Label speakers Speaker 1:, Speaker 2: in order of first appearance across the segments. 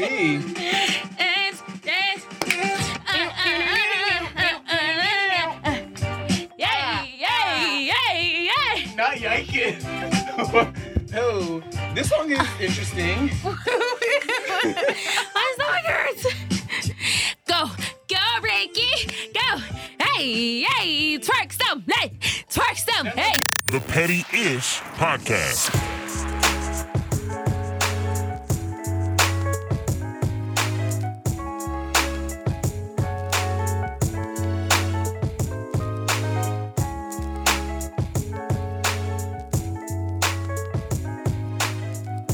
Speaker 1: be.
Speaker 2: It's, it's, yay, yay, yay, yay.
Speaker 1: Not yike it. no. This song is interesting.
Speaker 2: My stomach hurts. Go, go, Reiki, go. Hey, hey, twerk some, hey, twerk some, hey.
Speaker 3: The Petty Ish Podcast.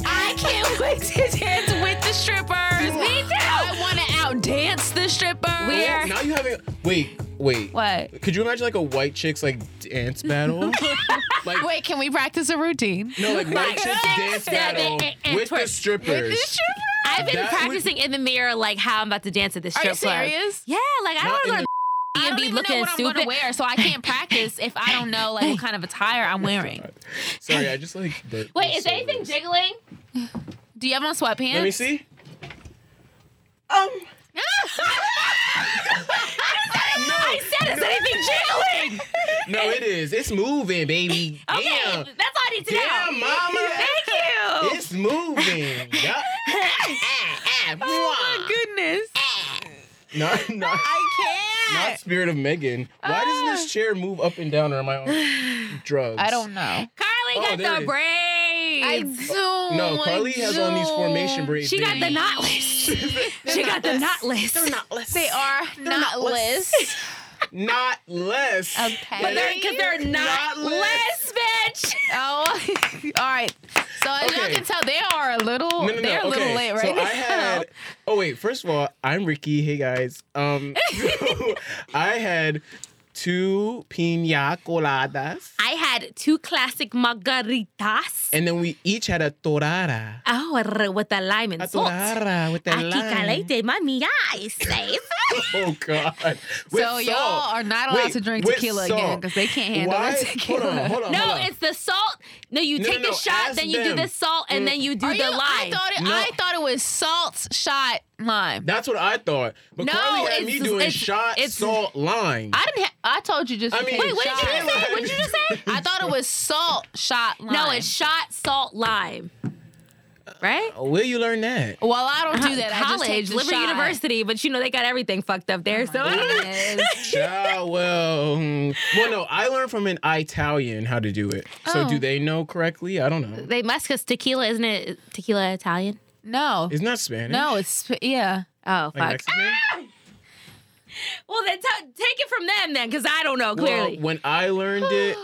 Speaker 2: I can't wait to dance with the strippers. Me too. I want to out dance the strippers. Where?
Speaker 1: Now you have a wait, wait.
Speaker 2: What?
Speaker 1: Could you imagine like a white chicks like dance battle? like
Speaker 4: Wait, can we practice a routine?
Speaker 1: no, like white chicks dance battle
Speaker 2: eh, eh,
Speaker 1: with the
Speaker 2: twerk.
Speaker 1: strippers.
Speaker 2: I've been
Speaker 1: That would-
Speaker 2: practicing in the mirror like how I'm about to dance at this
Speaker 4: Are
Speaker 2: strip
Speaker 4: you serious?
Speaker 2: club. Yeah, like
Speaker 1: Not
Speaker 2: I don't
Speaker 1: in
Speaker 2: want to
Speaker 1: the-
Speaker 2: go to
Speaker 4: I
Speaker 2: and
Speaker 4: don't
Speaker 2: be
Speaker 4: even know
Speaker 2: looking
Speaker 4: what I'm gonna
Speaker 2: stupid.
Speaker 4: wear, so I can't practice if I don't know like what kind of attire I'm wearing.
Speaker 1: Sorry, I just like. bit
Speaker 2: Wait,
Speaker 1: the
Speaker 2: is anything
Speaker 1: service.
Speaker 2: jiggling?
Speaker 4: Do you have on sweatpants?
Speaker 1: Let me see.
Speaker 2: I said, is anything jiggling?
Speaker 1: No, it is. It's moving, baby.
Speaker 2: Okay,
Speaker 1: Damn.
Speaker 2: that's all I need to
Speaker 1: Damn,
Speaker 2: know.
Speaker 1: mama.
Speaker 2: Thank you.
Speaker 1: It's moving. yeah. Ah, ah,
Speaker 2: Oh
Speaker 1: mwah.
Speaker 4: Goodness,
Speaker 1: Not, not,
Speaker 4: I
Speaker 1: not Spirit of Megan. Why doesn't
Speaker 2: Ah.
Speaker 1: this chair move up and down, or am I on drugs?
Speaker 4: I don't know.
Speaker 2: Carly
Speaker 1: Oh, there
Speaker 2: got
Speaker 1: it
Speaker 2: the
Speaker 1: is.
Speaker 4: I
Speaker 2: braids.
Speaker 4: do.
Speaker 1: No,
Speaker 4: I
Speaker 1: Carly has on these
Speaker 4: do.
Speaker 1: formation braids.
Speaker 2: Oh She got
Speaker 1: baby.
Speaker 2: the knot list. she got the knot list.
Speaker 4: They are not list.
Speaker 1: Not less.
Speaker 4: Okay.
Speaker 2: But they're,
Speaker 1: They
Speaker 2: cause they're
Speaker 1: not
Speaker 2: not, less, bitch.
Speaker 4: Oh, all right. So as y'all
Speaker 1: Okay.
Speaker 4: can tell, they are a little.
Speaker 1: No, no, no.
Speaker 4: They're a little
Speaker 1: okay.
Speaker 4: late right
Speaker 1: so
Speaker 4: now.
Speaker 1: I had. Oh wait. First of all, I'm Ricky. Hey guys. Um, so I had two pina coladas,
Speaker 2: I had two classic margaritas.
Speaker 1: and then we each had a torada.
Speaker 2: Oh, r- with the lime
Speaker 1: A
Speaker 2: and salt.
Speaker 1: torada with the
Speaker 2: Aquí
Speaker 1: lime.
Speaker 2: caliente, mami, ya is safe.
Speaker 1: Oh God. With
Speaker 4: so y'all
Speaker 1: salt.
Speaker 4: are not allowed
Speaker 1: Wait,
Speaker 4: to drink
Speaker 1: with
Speaker 4: tequila
Speaker 1: salt.
Speaker 4: again because they can't handle
Speaker 1: Why?
Speaker 4: the tequila.
Speaker 1: Hold on. Hold on.
Speaker 2: No,
Speaker 1: hold on.
Speaker 2: it's the salt. No, you
Speaker 1: No,
Speaker 2: take
Speaker 1: no, no,
Speaker 2: the shot, then
Speaker 1: ask
Speaker 2: you do
Speaker 1: them. Mm.
Speaker 2: the salt, and then you do
Speaker 4: Are
Speaker 2: the
Speaker 4: you,
Speaker 2: lime.
Speaker 4: I thought it.
Speaker 1: No.
Speaker 4: I thought it was salt, shot, lime.
Speaker 1: That's what I thought. But
Speaker 2: No,
Speaker 1: Carly had
Speaker 2: it's-
Speaker 1: me doing
Speaker 2: it's-
Speaker 1: shot,
Speaker 2: it's-
Speaker 1: salt, lime.
Speaker 4: I didn't. Ha- I told you just.
Speaker 1: I
Speaker 4: to
Speaker 1: mean,
Speaker 4: take
Speaker 2: Wait, what did you
Speaker 4: shots.
Speaker 2: just say? What did you just say?
Speaker 4: I thought it was salt, shot, lime.
Speaker 2: No, it's shot, salt, lime. Right?
Speaker 1: Where you learn that?
Speaker 4: Well, I don't do that. I just
Speaker 2: Uh-huh. College,
Speaker 4: take the
Speaker 2: Liberty
Speaker 4: shot. Oh
Speaker 2: University, but you know they got everything fucked up there. so
Speaker 4: Yes.
Speaker 1: Child, well, hmm. well, no. I learned from an Italian how to do it. So
Speaker 4: Oh.
Speaker 1: do they know correctly? I don't know.
Speaker 2: they must because tequila isn't it tequila Italian?
Speaker 4: no.
Speaker 1: It's not Spanish.
Speaker 4: No, it's yeah.
Speaker 2: Oh
Speaker 1: like
Speaker 2: fuck.
Speaker 1: Mexican.
Speaker 2: Well then t- take it from them then, because I don't know
Speaker 1: Well,
Speaker 2: clearly.
Speaker 1: when I learned it,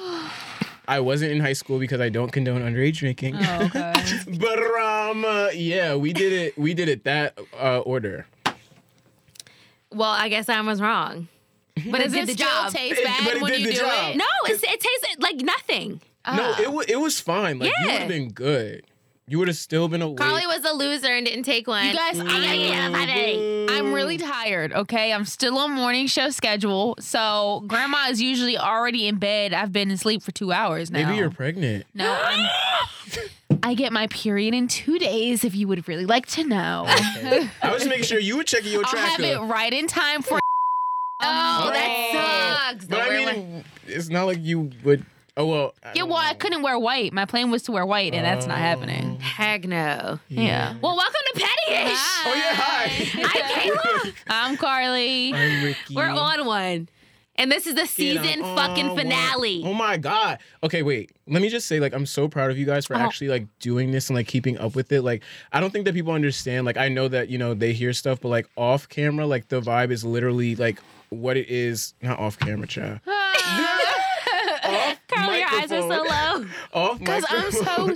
Speaker 1: I wasn't in high school because I don't condone underage drinking.
Speaker 4: Oh, okay.
Speaker 1: but um, uh, yeah, we did it. We did it that uh, order.
Speaker 2: Well, I guess I was wrong. But it
Speaker 4: Does
Speaker 2: did
Speaker 4: it
Speaker 2: the
Speaker 4: still
Speaker 2: job.
Speaker 4: taste
Speaker 1: It-
Speaker 4: bad
Speaker 1: but it
Speaker 4: when
Speaker 1: did
Speaker 4: you
Speaker 1: the
Speaker 4: do
Speaker 1: job.
Speaker 4: it?
Speaker 2: no, it's, it tastes like nothing.
Speaker 1: No, it wa it was fine. Like you
Speaker 2: Ah. Yeah.
Speaker 1: would have been good. You would have still been awake.
Speaker 2: Carly was a loser and didn't take one.
Speaker 4: You guys, I, I'm really tired, okay? I'm still on morning show schedule. So grandma is usually already in bed. I've been asleep for two hours now.
Speaker 1: Maybe you're pregnant.
Speaker 4: No, I'm, I get my period in two days if you would really like to know.
Speaker 1: I was making sure you were checking your
Speaker 4: I'll have
Speaker 1: tracker.
Speaker 4: it right in time for.
Speaker 2: Oh,
Speaker 1: Oh.
Speaker 2: that sucks.
Speaker 1: But I mean, it's not like you would. Oh well. I
Speaker 4: Yeah,
Speaker 1: don't
Speaker 4: well, I
Speaker 1: know.
Speaker 4: couldn't wear white. My plan was to wear white, and that's not happening.
Speaker 2: heck no.
Speaker 4: Yeah.
Speaker 2: Well, welcome to Petty Ish.
Speaker 1: Oh yeah, hi.
Speaker 2: I'm Kayla.
Speaker 4: I'm Carly.
Speaker 1: I'm Ricky.
Speaker 2: We're on one. And this is the
Speaker 1: Get
Speaker 2: season
Speaker 1: on
Speaker 2: fucking
Speaker 1: one.
Speaker 2: finale.
Speaker 1: Oh my god. Okay, wait. Let me just say, like, I'm so proud of you
Speaker 4: Oh.
Speaker 1: guys for actually like doing this and like keeping up with it. Like, I don't think that people understand. Like, I know that you know they hear stuff, but like off camera, like the vibe is literally like what it is. Not off camera, child. off
Speaker 2: Carly, your eyes are so
Speaker 1: microphone.
Speaker 2: low.
Speaker 1: Off
Speaker 4: Because I'm so
Speaker 1: microphone.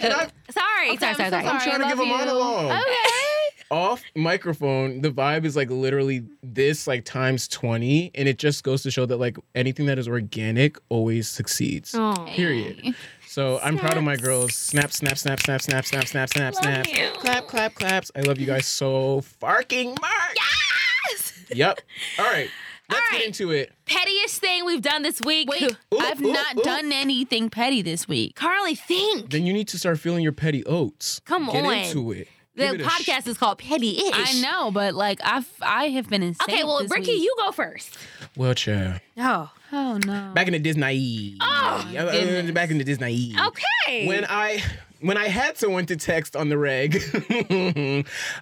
Speaker 1: And I-
Speaker 2: Sorry,
Speaker 4: Okay,
Speaker 2: Oh, sorry,
Speaker 4: I'm
Speaker 2: sorry,
Speaker 4: so
Speaker 2: sorry.
Speaker 1: I'm
Speaker 4: sorry.
Speaker 1: trying
Speaker 4: I
Speaker 1: to give a
Speaker 4: love you.
Speaker 1: monologue.
Speaker 2: Okay.
Speaker 1: off microphone, the vibe is like literally this, like times 20. And it just goes to show that like anything that is organic always succeeds.
Speaker 2: Aw.
Speaker 1: Period. So I'm proud of my girls. Snap, snap, snap, snap, snap, snap, snap, snap, snap.
Speaker 2: you.
Speaker 1: Clap, clap, claps. I love you guys so farking much. Yep. All right. Let's
Speaker 2: right.
Speaker 1: get into it.
Speaker 2: Pettiest thing we've done this week.
Speaker 4: Wait,
Speaker 1: Ooh,
Speaker 4: I've
Speaker 1: ooh,
Speaker 4: not
Speaker 1: ooh.
Speaker 4: done anything petty this week.
Speaker 2: Carly, think.
Speaker 1: Then you need to start feeling your petty oats.
Speaker 2: Come
Speaker 1: get
Speaker 2: on.
Speaker 1: Get into it.
Speaker 2: The
Speaker 1: it a sh-
Speaker 2: podcast is called Petty Ish.
Speaker 4: I know, but like I've I have been insane.
Speaker 2: Okay, well,
Speaker 4: this
Speaker 2: Ricky,
Speaker 4: week.
Speaker 2: you go first.
Speaker 1: Well, child.
Speaker 2: Oh,
Speaker 4: Oh no.
Speaker 1: Back in the Disney.
Speaker 2: Oh,
Speaker 1: Uh, uh,
Speaker 4: goodness.
Speaker 1: back in the Disney.
Speaker 2: okay.
Speaker 1: When I when I had someone to text on the reg,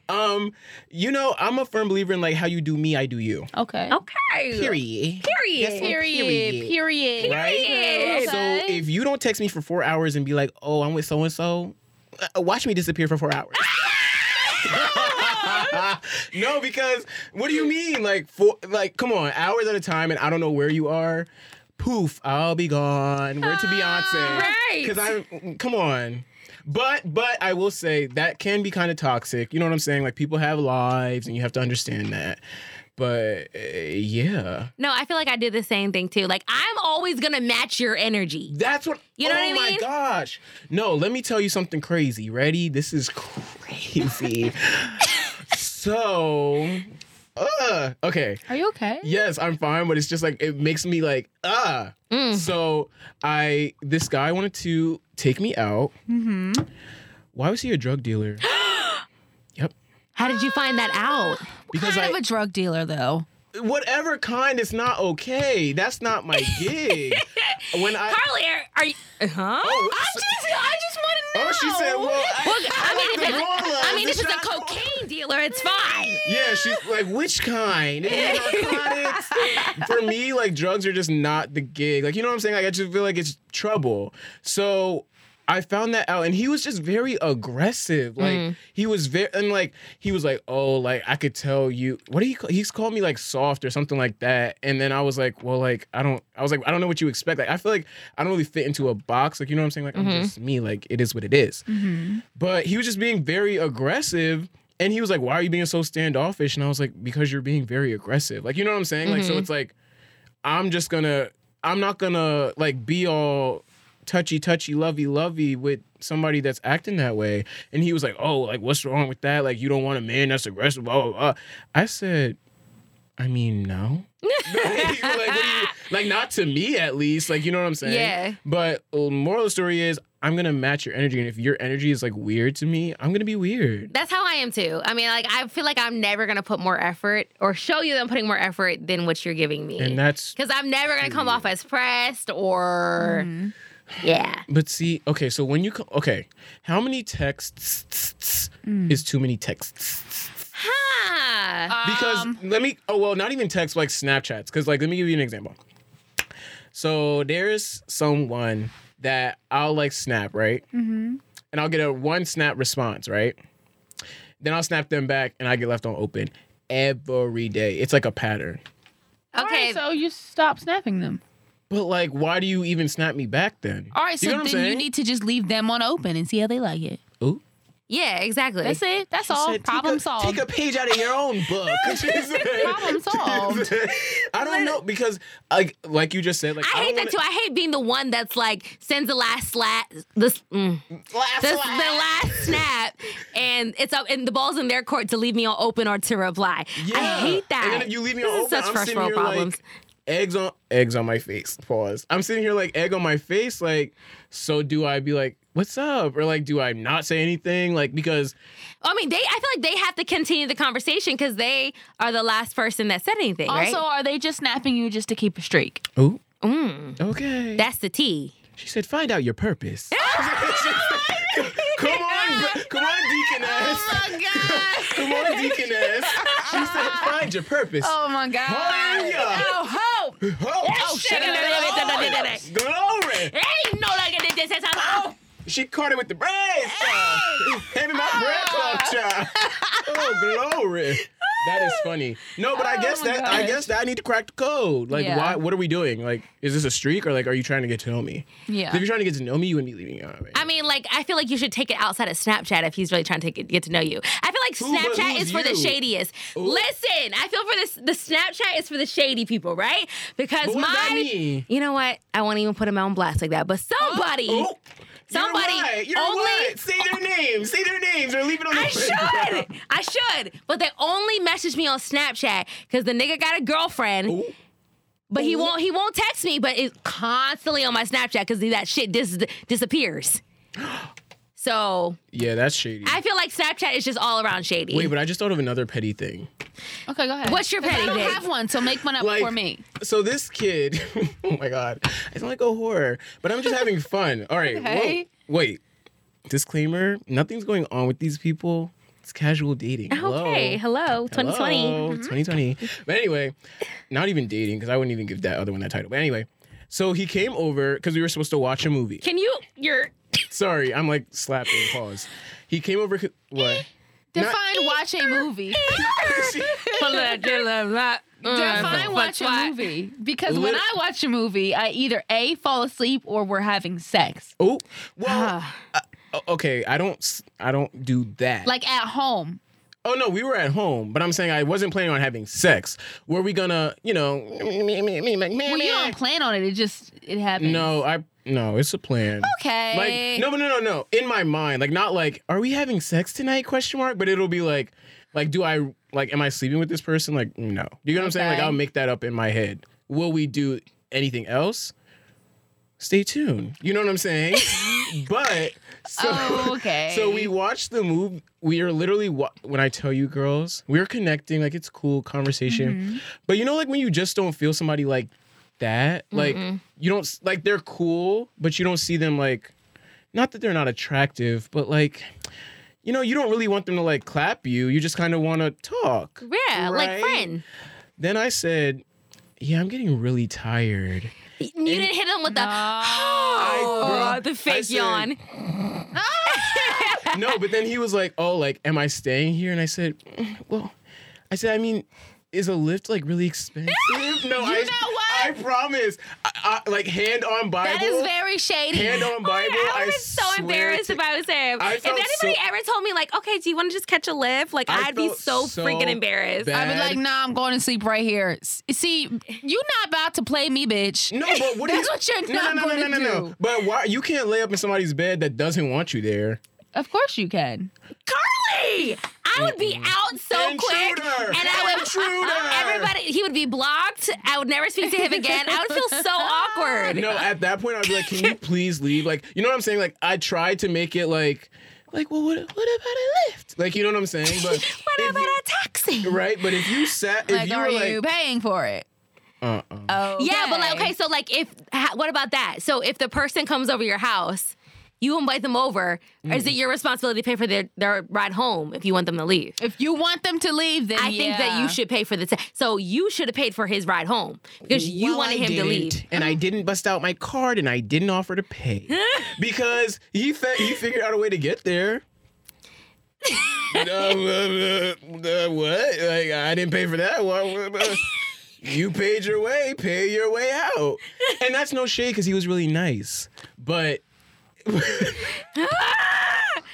Speaker 1: um, you know, I'm a firm believer in like how you do me, I do you.
Speaker 4: okay.
Speaker 1: Period.
Speaker 2: okay. Period.
Speaker 1: That's what- Period.
Speaker 4: Period. Period.
Speaker 1: Right?
Speaker 2: Period.
Speaker 1: So if you don't text me for four hours and be like, "Oh, I'm with so and so," watch me disappear for four hours. no, because what do you mean? Like four? Like come on, hours at a time, and I don't know where you are. Poof, I'll be gone. We're to Beyonce.
Speaker 2: right.
Speaker 1: Because I come on. But but I will say that can be kind of toxic. You know what I'm saying? Like people have lives, and you have to understand that. But uh, yeah,
Speaker 2: No, I feel like I did the same thing too. Like I'm always gonna match your energy.
Speaker 1: That's what.
Speaker 2: You know
Speaker 1: oh
Speaker 2: what I
Speaker 1: my
Speaker 2: mean?
Speaker 1: gosh! No, let me tell you something crazy. Ready? This is crazy. so, uh, okay.
Speaker 4: Are you okay?
Speaker 1: Yes, I'm fine, but it's just like it makes me like uh.
Speaker 2: Mm.
Speaker 1: So I this guy wanted to take me out. Mm-hmm. Why was he a drug dealer? yep.
Speaker 2: How did you find that out?
Speaker 1: Because
Speaker 4: kind
Speaker 1: I
Speaker 4: of a drug dealer though.
Speaker 1: whatever kind, it's not okay. That's not my gig. when I
Speaker 2: Carly, are, are you? Huh?
Speaker 1: Oh,
Speaker 4: I just want to
Speaker 1: oh, she said, well, I,
Speaker 2: Well, I mean, if
Speaker 1: the
Speaker 2: it's,
Speaker 1: wrong
Speaker 2: I
Speaker 1: line.
Speaker 2: mean,
Speaker 1: This
Speaker 2: if
Speaker 1: not-
Speaker 2: it's a cocaine dealer, it's fine.
Speaker 1: Yeah, she's like, which kind? Is it narcotics? For me, like drugs are just not the gig. Like, you know what I'm saying? Like, I just feel like it's trouble. So I found that out, and he was just very aggressive. Like, he was very, and like, he was like, oh, like I could tell you. What do he? Call, he's called me like soft or something like that. And then I was like, well, like I don't. I was like, I don't know what you expect. Like, I feel like I don't really fit into a box. Like, you know what I'm saying? Like, I'm just me. Like, it is what it is but he was just being very aggressive and he was like why are you being so standoffish and i was like because you're being very aggressive like you know what i'm saying like so it's like i'm just gonna i'm not gonna like be all touchy touchy lovey lovey with somebody that's acting that way and he was like oh like what's wrong with that like you don't want a man that's aggressive blah blah blah i said i mean no like, what do you- like, not to me at least like you know what i'm saying
Speaker 2: Yeah.
Speaker 1: but uh, moral of the story is i'm gonna match your energy and if your energy is like weird to me i'm gonna be weird
Speaker 2: That's how I am too. I mean, like I feel like I'm never gonna put more effort or show you that I'm putting more effort than what you're giving me.
Speaker 1: and that's
Speaker 2: because I'm never gonna come off as pressed or yeah.
Speaker 1: but see okay so when you co- okay how many texts
Speaker 4: Mm.
Speaker 1: is too many texts
Speaker 2: Huh.
Speaker 1: because
Speaker 4: Um.
Speaker 1: let me oh well not even text like snapchats because like let me give you an example so there's someone that i'll like snap right mm-hmm. and i'll get a one snap response right then i'll snap them back and i get left on open every day it's like a pattern
Speaker 2: okay.
Speaker 4: so you stop snapping them.
Speaker 1: but like why do you even snap me back then
Speaker 4: All right, so
Speaker 1: you know
Speaker 4: then
Speaker 1: what i'm
Speaker 4: you
Speaker 1: saying
Speaker 4: need to just leave them on open and see how they like it.
Speaker 1: Ooh.
Speaker 2: yeah, exactly.
Speaker 4: That's it. That's
Speaker 1: She
Speaker 4: all.
Speaker 2: Oh,
Speaker 1: said,
Speaker 4: Problem
Speaker 1: take a,
Speaker 4: solved.
Speaker 1: Take a page out of your own book. She said-
Speaker 4: Problem solved.
Speaker 1: I don't know because, like, like you just said, like
Speaker 2: I, hate
Speaker 1: don't
Speaker 2: that too. I hate being the one that's like sends the last slat, the s- mm,
Speaker 1: too. Last
Speaker 2: the, the
Speaker 1: slide.
Speaker 2: last snap, and it's up, and the ball's in their court to leave me on open or to reply. I
Speaker 1: Yeah.
Speaker 2: hate that.
Speaker 1: And then you leave me
Speaker 2: this
Speaker 1: on
Speaker 2: is
Speaker 1: open.
Speaker 2: such
Speaker 1: I'm
Speaker 2: first
Speaker 1: sitting
Speaker 2: world
Speaker 1: here
Speaker 2: problems.
Speaker 1: like eggs on eggs on my face. Pause. I'm sitting here like egg on my face. Like, so do I be like, what's up, or like, do I not say anything? Like, because
Speaker 2: I mean, they. I feel like they have to continue the conversation because they are the last person that said anything.
Speaker 4: Also,
Speaker 2: right?
Speaker 4: are they just snapping you just to keep a streak?
Speaker 1: oh,
Speaker 2: Mm.
Speaker 1: okay.
Speaker 2: that's the T.
Speaker 1: she said, find out your purpose. come on, bro- come on, deaconess.
Speaker 4: Oh my god!
Speaker 1: Come on, deaconess. She said, find your purpose.
Speaker 4: Oh my god!
Speaker 1: Hallelujah.
Speaker 4: Oh hope!
Speaker 1: Oh, shit. Glory!
Speaker 2: Ain't no like it. This is
Speaker 1: Oh.
Speaker 2: how.
Speaker 1: She caught it with the brains. child. Hand me my bread cloth, child. Oh, glory! That is funny. No, but I guess
Speaker 4: my
Speaker 1: that I
Speaker 4: gosh.
Speaker 1: guess that I need to crack the code. Like,
Speaker 4: Yeah.
Speaker 1: why? What are we doing? Like, is this a streak or like, are you trying to get to know me?
Speaker 4: Yeah.
Speaker 1: If you're trying to get to know me, you wouldn't be leaving me out. Right?
Speaker 2: I mean, like, I feel like you should take it outside of Snapchat if he's really trying to get, get to know you. I feel like
Speaker 1: Who- but
Speaker 2: Snapchat
Speaker 1: who's
Speaker 2: is for the
Speaker 1: you?
Speaker 2: shadiest. Listen, I feel for this. The Snapchat is for the shady people, right? Because
Speaker 1: But what
Speaker 2: my,
Speaker 1: does that mean?
Speaker 2: you know what? I won't even put him on blast like that. But somebody,
Speaker 1: Oh,
Speaker 2: somebody
Speaker 1: You're right. You're
Speaker 2: only-
Speaker 1: right. Say their names. Say their names or leave it on the
Speaker 2: I
Speaker 1: playground.
Speaker 2: should, I should. But they only message me on Snapchat because the nigga got a girlfriend.
Speaker 1: Ooh.
Speaker 2: But he
Speaker 1: Ooh.
Speaker 2: won't. He won't text me. But it's constantly on my Snapchat because that shit dis- disappears. So
Speaker 1: Yeah, that's shady.
Speaker 2: I feel like Snapchat is just all around shady.
Speaker 1: Wait, but I just thought of another petty thing.
Speaker 4: Okay, go ahead.
Speaker 2: What's your
Speaker 4: 'Cause
Speaker 2: petty
Speaker 4: I don't
Speaker 2: thing?
Speaker 4: have one, so make one up
Speaker 1: Like-
Speaker 4: for me.
Speaker 1: So this kid, oh my god, I sound like a horror, but I'm just having fun. All right,
Speaker 4: Okay.
Speaker 1: whoa, wait. Disclaimer: Nothing's going on with these people. It's casual dating. Hello.
Speaker 2: okay, hello, Mm-hmm. 2020.
Speaker 1: Hello, 2020. But anyway, not even dating because I wouldn't even give that other one that title. But anyway, so he came over because we were supposed to watch a movie.
Speaker 2: Can you? You're.
Speaker 1: Sorry, I'm like slapping. Pause. He came over. 'cause- What?
Speaker 4: Define watch a movie. Define watch a movie. Because when
Speaker 1: Lit-
Speaker 4: I watch a movie, I either A, fall asleep or we're having sex.
Speaker 1: oh, well, uh, okay. I don't. s- I don't do that.
Speaker 4: Like at home.
Speaker 1: Oh no, we were at home, but I'm saying I wasn't planning on having sex. Were we gonna, you know?
Speaker 4: Well, you don't plan on it. It just, it happens.
Speaker 1: No, I no, it's a plan.
Speaker 4: Okay.
Speaker 1: Like no, but no, no, no. In my mind, like not like are we having sex tonight? Question mark. But it'll be like, like do I like am I sleeping with this person? Like no. You get what I'm saying? Like
Speaker 4: Okay.
Speaker 1: I'll make that up in my head. Will we do anything else? Stay tuned. You know what I'm saying? but so
Speaker 4: Oh, okay.
Speaker 1: so we watched the movie. We are literally wa- when I tell you, girls, we're connecting. Like it's cool conversation,
Speaker 2: Mm-hmm.
Speaker 1: but you know, like when you just don't feel somebody like that, like you don't s- like they're cool, but you don't see them like, not that they're not attractive, but like, you know, you don't really want them to like clap you. You just kind of want to talk.
Speaker 2: Yeah, like
Speaker 1: Right?
Speaker 2: friend.
Speaker 1: Then I said, yeah, I'm getting really tired.
Speaker 2: You didn't hit him with the
Speaker 1: I-
Speaker 2: oh,
Speaker 1: bro,
Speaker 2: the fake
Speaker 1: said-
Speaker 2: yawn.
Speaker 1: no, but then he was like, "Oh, like, am I staying here?" And I said, mm, "Well, I said, I mean, is a lift like really expensive?" no, I,
Speaker 4: know
Speaker 1: I promise. I, I, like hand on Bible,
Speaker 4: That is very Oh, shady.
Speaker 1: hand on Bible.
Speaker 2: I
Speaker 1: I
Speaker 2: would have been so
Speaker 1: swear
Speaker 2: embarrassed
Speaker 1: to-
Speaker 2: if I was him.
Speaker 1: I
Speaker 2: If
Speaker 1: felt
Speaker 2: anybody
Speaker 1: so-
Speaker 2: ever told me, like, okay, do you want to just catch a lift? Like,
Speaker 1: I
Speaker 2: I'd be
Speaker 1: felt
Speaker 2: so,
Speaker 1: so
Speaker 2: freaking embarrassed.
Speaker 1: bad.
Speaker 4: I'd be like, nah, I'm going to sleep right here. S- See, you not about to play me, bitch.
Speaker 1: No, but what?
Speaker 4: That's
Speaker 1: are you,
Speaker 4: what you're
Speaker 1: no,
Speaker 4: not
Speaker 1: no, no,
Speaker 4: gonna
Speaker 1: no, no,
Speaker 4: do.
Speaker 1: no. But why you can't lay up in somebody's bed that doesn't want you there?
Speaker 4: Of course you can.
Speaker 2: Carly! I would be out so quick.
Speaker 1: Intruder!
Speaker 2: And I would
Speaker 1: Intruder!
Speaker 2: everybody he would be blocked. I would never speak to him again. I would feel so awkward.
Speaker 1: No, at that point I'd be like, "Can you please leave?" Like, you know what I'm saying? Like, I tried to make it like, like, well, what, what about a lift? Like, you know what I'm saying? But
Speaker 2: What
Speaker 1: if
Speaker 2: about
Speaker 1: you-
Speaker 2: a taxi?
Speaker 1: right? But if you sat, if
Speaker 4: Like,
Speaker 1: you
Speaker 4: are
Speaker 1: were like,
Speaker 4: you paying for it?
Speaker 1: uh-uh.
Speaker 4: Oh.
Speaker 2: Yeah, but like, okay, so like, if ha- what about that? So if the person comes over your house, you invite them over. Or
Speaker 4: Mm.
Speaker 2: is it your responsibility to pay for their, their ride home if you want them to leave?
Speaker 4: If you want them to leave, then
Speaker 2: I think that
Speaker 4: yeah.
Speaker 2: you should pay for the. ta- so you should have paid for his ride home because you
Speaker 1: Well,
Speaker 2: wanted
Speaker 1: I
Speaker 2: him to leave.
Speaker 1: didn't, and I didn't bust out my card, and I didn't offer to pay because he fe- he figured out a way to get there. Uh, uh, uh, uh, what? Like I didn't pay for that. Why- why- uh, you paid your way. Pay your way out. And that's no shade because he was really nice, but.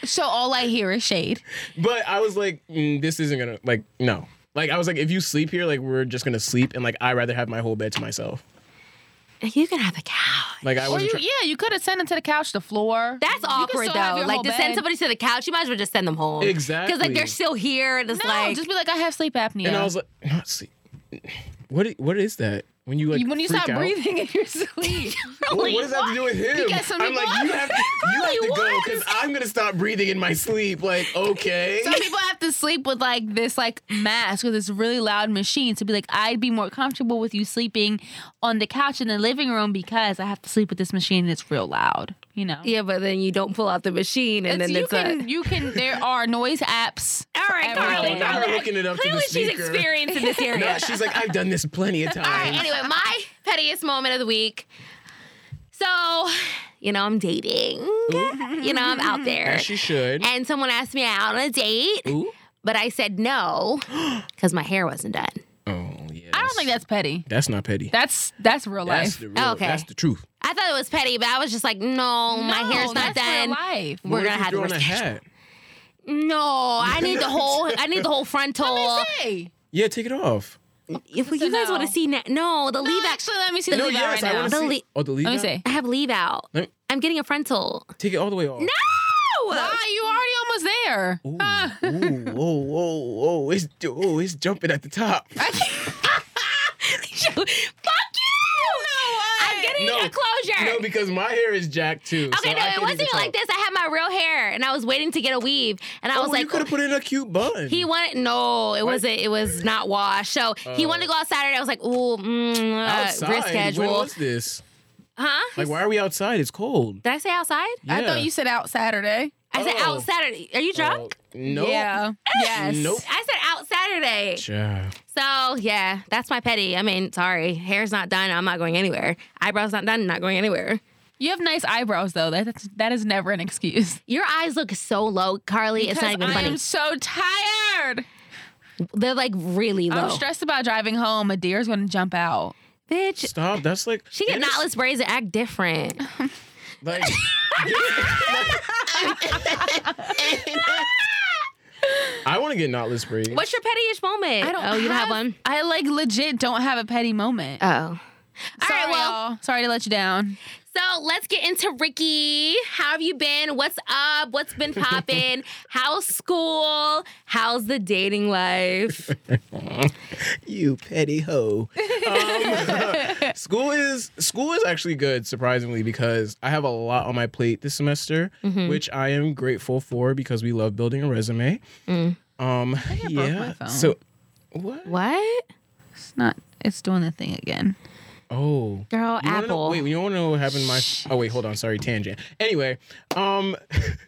Speaker 4: So all I hear is shade.
Speaker 1: But I was like, mm, this isn't gonna like no. Like I was like, if you sleep here, like we're just gonna sleep, and like I would rather have my whole bed to myself.
Speaker 2: You can have a couch.
Speaker 1: Like I
Speaker 4: Or
Speaker 1: was.
Speaker 4: you, yeah, you could have sent them to the couch, the floor.
Speaker 2: That's
Speaker 4: You could
Speaker 2: awkward
Speaker 4: still have
Speaker 2: though.
Speaker 4: your
Speaker 2: Like
Speaker 4: whole
Speaker 2: to send
Speaker 4: bed.
Speaker 2: somebody to the couch, you might as well just send them home. Because like
Speaker 1: Exactly.
Speaker 2: they're still here, and it's
Speaker 4: No,
Speaker 2: like
Speaker 4: just be like, I have sleep apnea.
Speaker 1: And I was like, no, sleep. What? i- What is that? When you like
Speaker 4: when you
Speaker 1: freak
Speaker 4: stop
Speaker 1: out?
Speaker 4: breathing in your sleep.
Speaker 1: What, what does that have to do with him?
Speaker 4: Because some
Speaker 1: I'm like,
Speaker 4: people-
Speaker 1: you have to, you have to go
Speaker 4: what?
Speaker 1: because I'm gonna stop breathing in my sleep. Like, okay.
Speaker 4: Some people have to sleep with like this like mask with this really loud machine to be like, I'd be more comfortable with you sleeping on the couch in the living room because I have to sleep with this machine and it's real loud. You know.
Speaker 2: yeah, but then you don't pull out the machine, and
Speaker 4: It's-
Speaker 2: then
Speaker 4: you
Speaker 2: it's
Speaker 4: can
Speaker 2: a.
Speaker 4: you can there are noise apps.
Speaker 2: All right,
Speaker 4: Everything.
Speaker 2: Carly.
Speaker 4: Now
Speaker 1: we're
Speaker 2: Carly,
Speaker 1: hooking it up to the
Speaker 2: Clearly, she's
Speaker 1: speaker.
Speaker 2: experienced in this area.
Speaker 1: no, she's like, I've done this plenty of times.
Speaker 2: All right. Anyway, my pettiest moment of the week. So, you know, I'm dating. You know, I'm out there.
Speaker 1: As she should.
Speaker 2: And someone asked me out on a date,
Speaker 1: Ooh.
Speaker 2: but I said no because my hair wasn't done.
Speaker 1: Oh yeah.
Speaker 4: I don't think that's petty.
Speaker 1: that's not petty.
Speaker 4: That's that's real
Speaker 1: That's
Speaker 4: life.
Speaker 1: the real.
Speaker 2: Okay.
Speaker 1: That's the truth.
Speaker 2: I thought it was petty, but I was just like, no, my
Speaker 4: No,
Speaker 2: hair's not
Speaker 4: that's
Speaker 2: done.
Speaker 4: Real life.
Speaker 2: We're
Speaker 1: What
Speaker 2: gonna
Speaker 1: if you
Speaker 2: have to
Speaker 1: throw on a
Speaker 2: reschedule.
Speaker 1: hat.
Speaker 2: No, I need the whole. I need the whole frontal.
Speaker 4: Hey,
Speaker 1: Yeah, take it off.
Speaker 2: If you guys
Speaker 4: no.
Speaker 2: want to see, na- no, the leave
Speaker 4: no,
Speaker 2: out.
Speaker 4: actually, let me see the
Speaker 1: no,
Speaker 4: leave out
Speaker 1: yes,
Speaker 4: right
Speaker 1: I
Speaker 4: now.
Speaker 1: want
Speaker 2: The
Speaker 1: to see.
Speaker 2: le-
Speaker 1: Oh, the leave.
Speaker 4: Let me
Speaker 1: out?
Speaker 4: see.
Speaker 2: I have leave out.
Speaker 1: Let me-
Speaker 2: I'm getting a frontal.
Speaker 1: Take it all the way off. No.
Speaker 4: Wow, you already almost there.
Speaker 1: Ooh, ooh, whoa, whoa, whoa! It's oh, it's jumping at the top.
Speaker 2: Fuck you! No, I'm getting
Speaker 1: No,
Speaker 2: need a closure.
Speaker 1: No, because my hair is jacked too. so
Speaker 2: Okay, no,
Speaker 1: I
Speaker 2: it
Speaker 1: can't
Speaker 2: wasn't
Speaker 1: even
Speaker 2: like
Speaker 1: tell.
Speaker 2: this. I had my real hair, and I was waiting to get a weave, and I
Speaker 1: Oh,
Speaker 2: was
Speaker 1: well,
Speaker 2: like,
Speaker 1: you could have put in a cute bun.
Speaker 2: He wanted no, it wasn't. It was not washed. So he wanted to go out Saturday. I was like, ooh, mm, uh,
Speaker 1: Oh. outside.
Speaker 2: risk
Speaker 1: When
Speaker 2: schedule,
Speaker 1: was this?
Speaker 2: huh?
Speaker 1: Like, why are we outside? It's cold.
Speaker 2: Did I say outside?
Speaker 4: I
Speaker 1: Yeah.
Speaker 4: thought you said out Saturday.
Speaker 2: I said
Speaker 1: Oh.
Speaker 2: out Saturday. Are you drunk?
Speaker 1: Oh, nope.
Speaker 4: Yeah. Yes.
Speaker 1: Nope.
Speaker 2: I said out Saturday.
Speaker 1: Child.
Speaker 2: So yeah, that's my petty. I mean, sorry, hair's not done. I'm not going anywhere. Eyebrows not done. Not going anywhere.
Speaker 4: You have nice eyebrows though. That- That's that is never an excuse.
Speaker 2: Your eyes look so low, Carly. it's not even
Speaker 4: Because I
Speaker 2: funny.
Speaker 4: am so tired.
Speaker 2: They're like really low.
Speaker 4: I'm stressed about driving home. A deer's going to jump out.
Speaker 2: Bitch,
Speaker 1: Stop. That's like
Speaker 2: she get
Speaker 1: and it's-
Speaker 2: knotless braids and act different.
Speaker 1: Like. I want to get knotless braids.
Speaker 2: What's your pettyish moment? Oh, you don't have one.
Speaker 4: I like legit don't have a petty moment.
Speaker 2: Oh. All right.
Speaker 4: sorry,
Speaker 2: Well,
Speaker 4: y'all. sorry to let you down.
Speaker 2: so let's get into Ricky. How have you been? What's up? What's been popping? How's school? How's the dating life?
Speaker 1: you petty hoe. Um, school is school is actually good, surprisingly, because I have a lot on my plate this semester,
Speaker 4: Mm-hmm.
Speaker 1: which I am grateful for because we love building a resume. Um,
Speaker 4: Mm. I broke
Speaker 1: yeah.
Speaker 4: my phone.
Speaker 1: So, what?
Speaker 2: What?
Speaker 4: It's not. It's doing the thing again.
Speaker 1: Oh. You
Speaker 2: Girl,
Speaker 1: wanna know-
Speaker 2: Apple.
Speaker 1: wait, you want to know what happened? To my oh wait, hold on. Sorry, tangent. Anyway, um,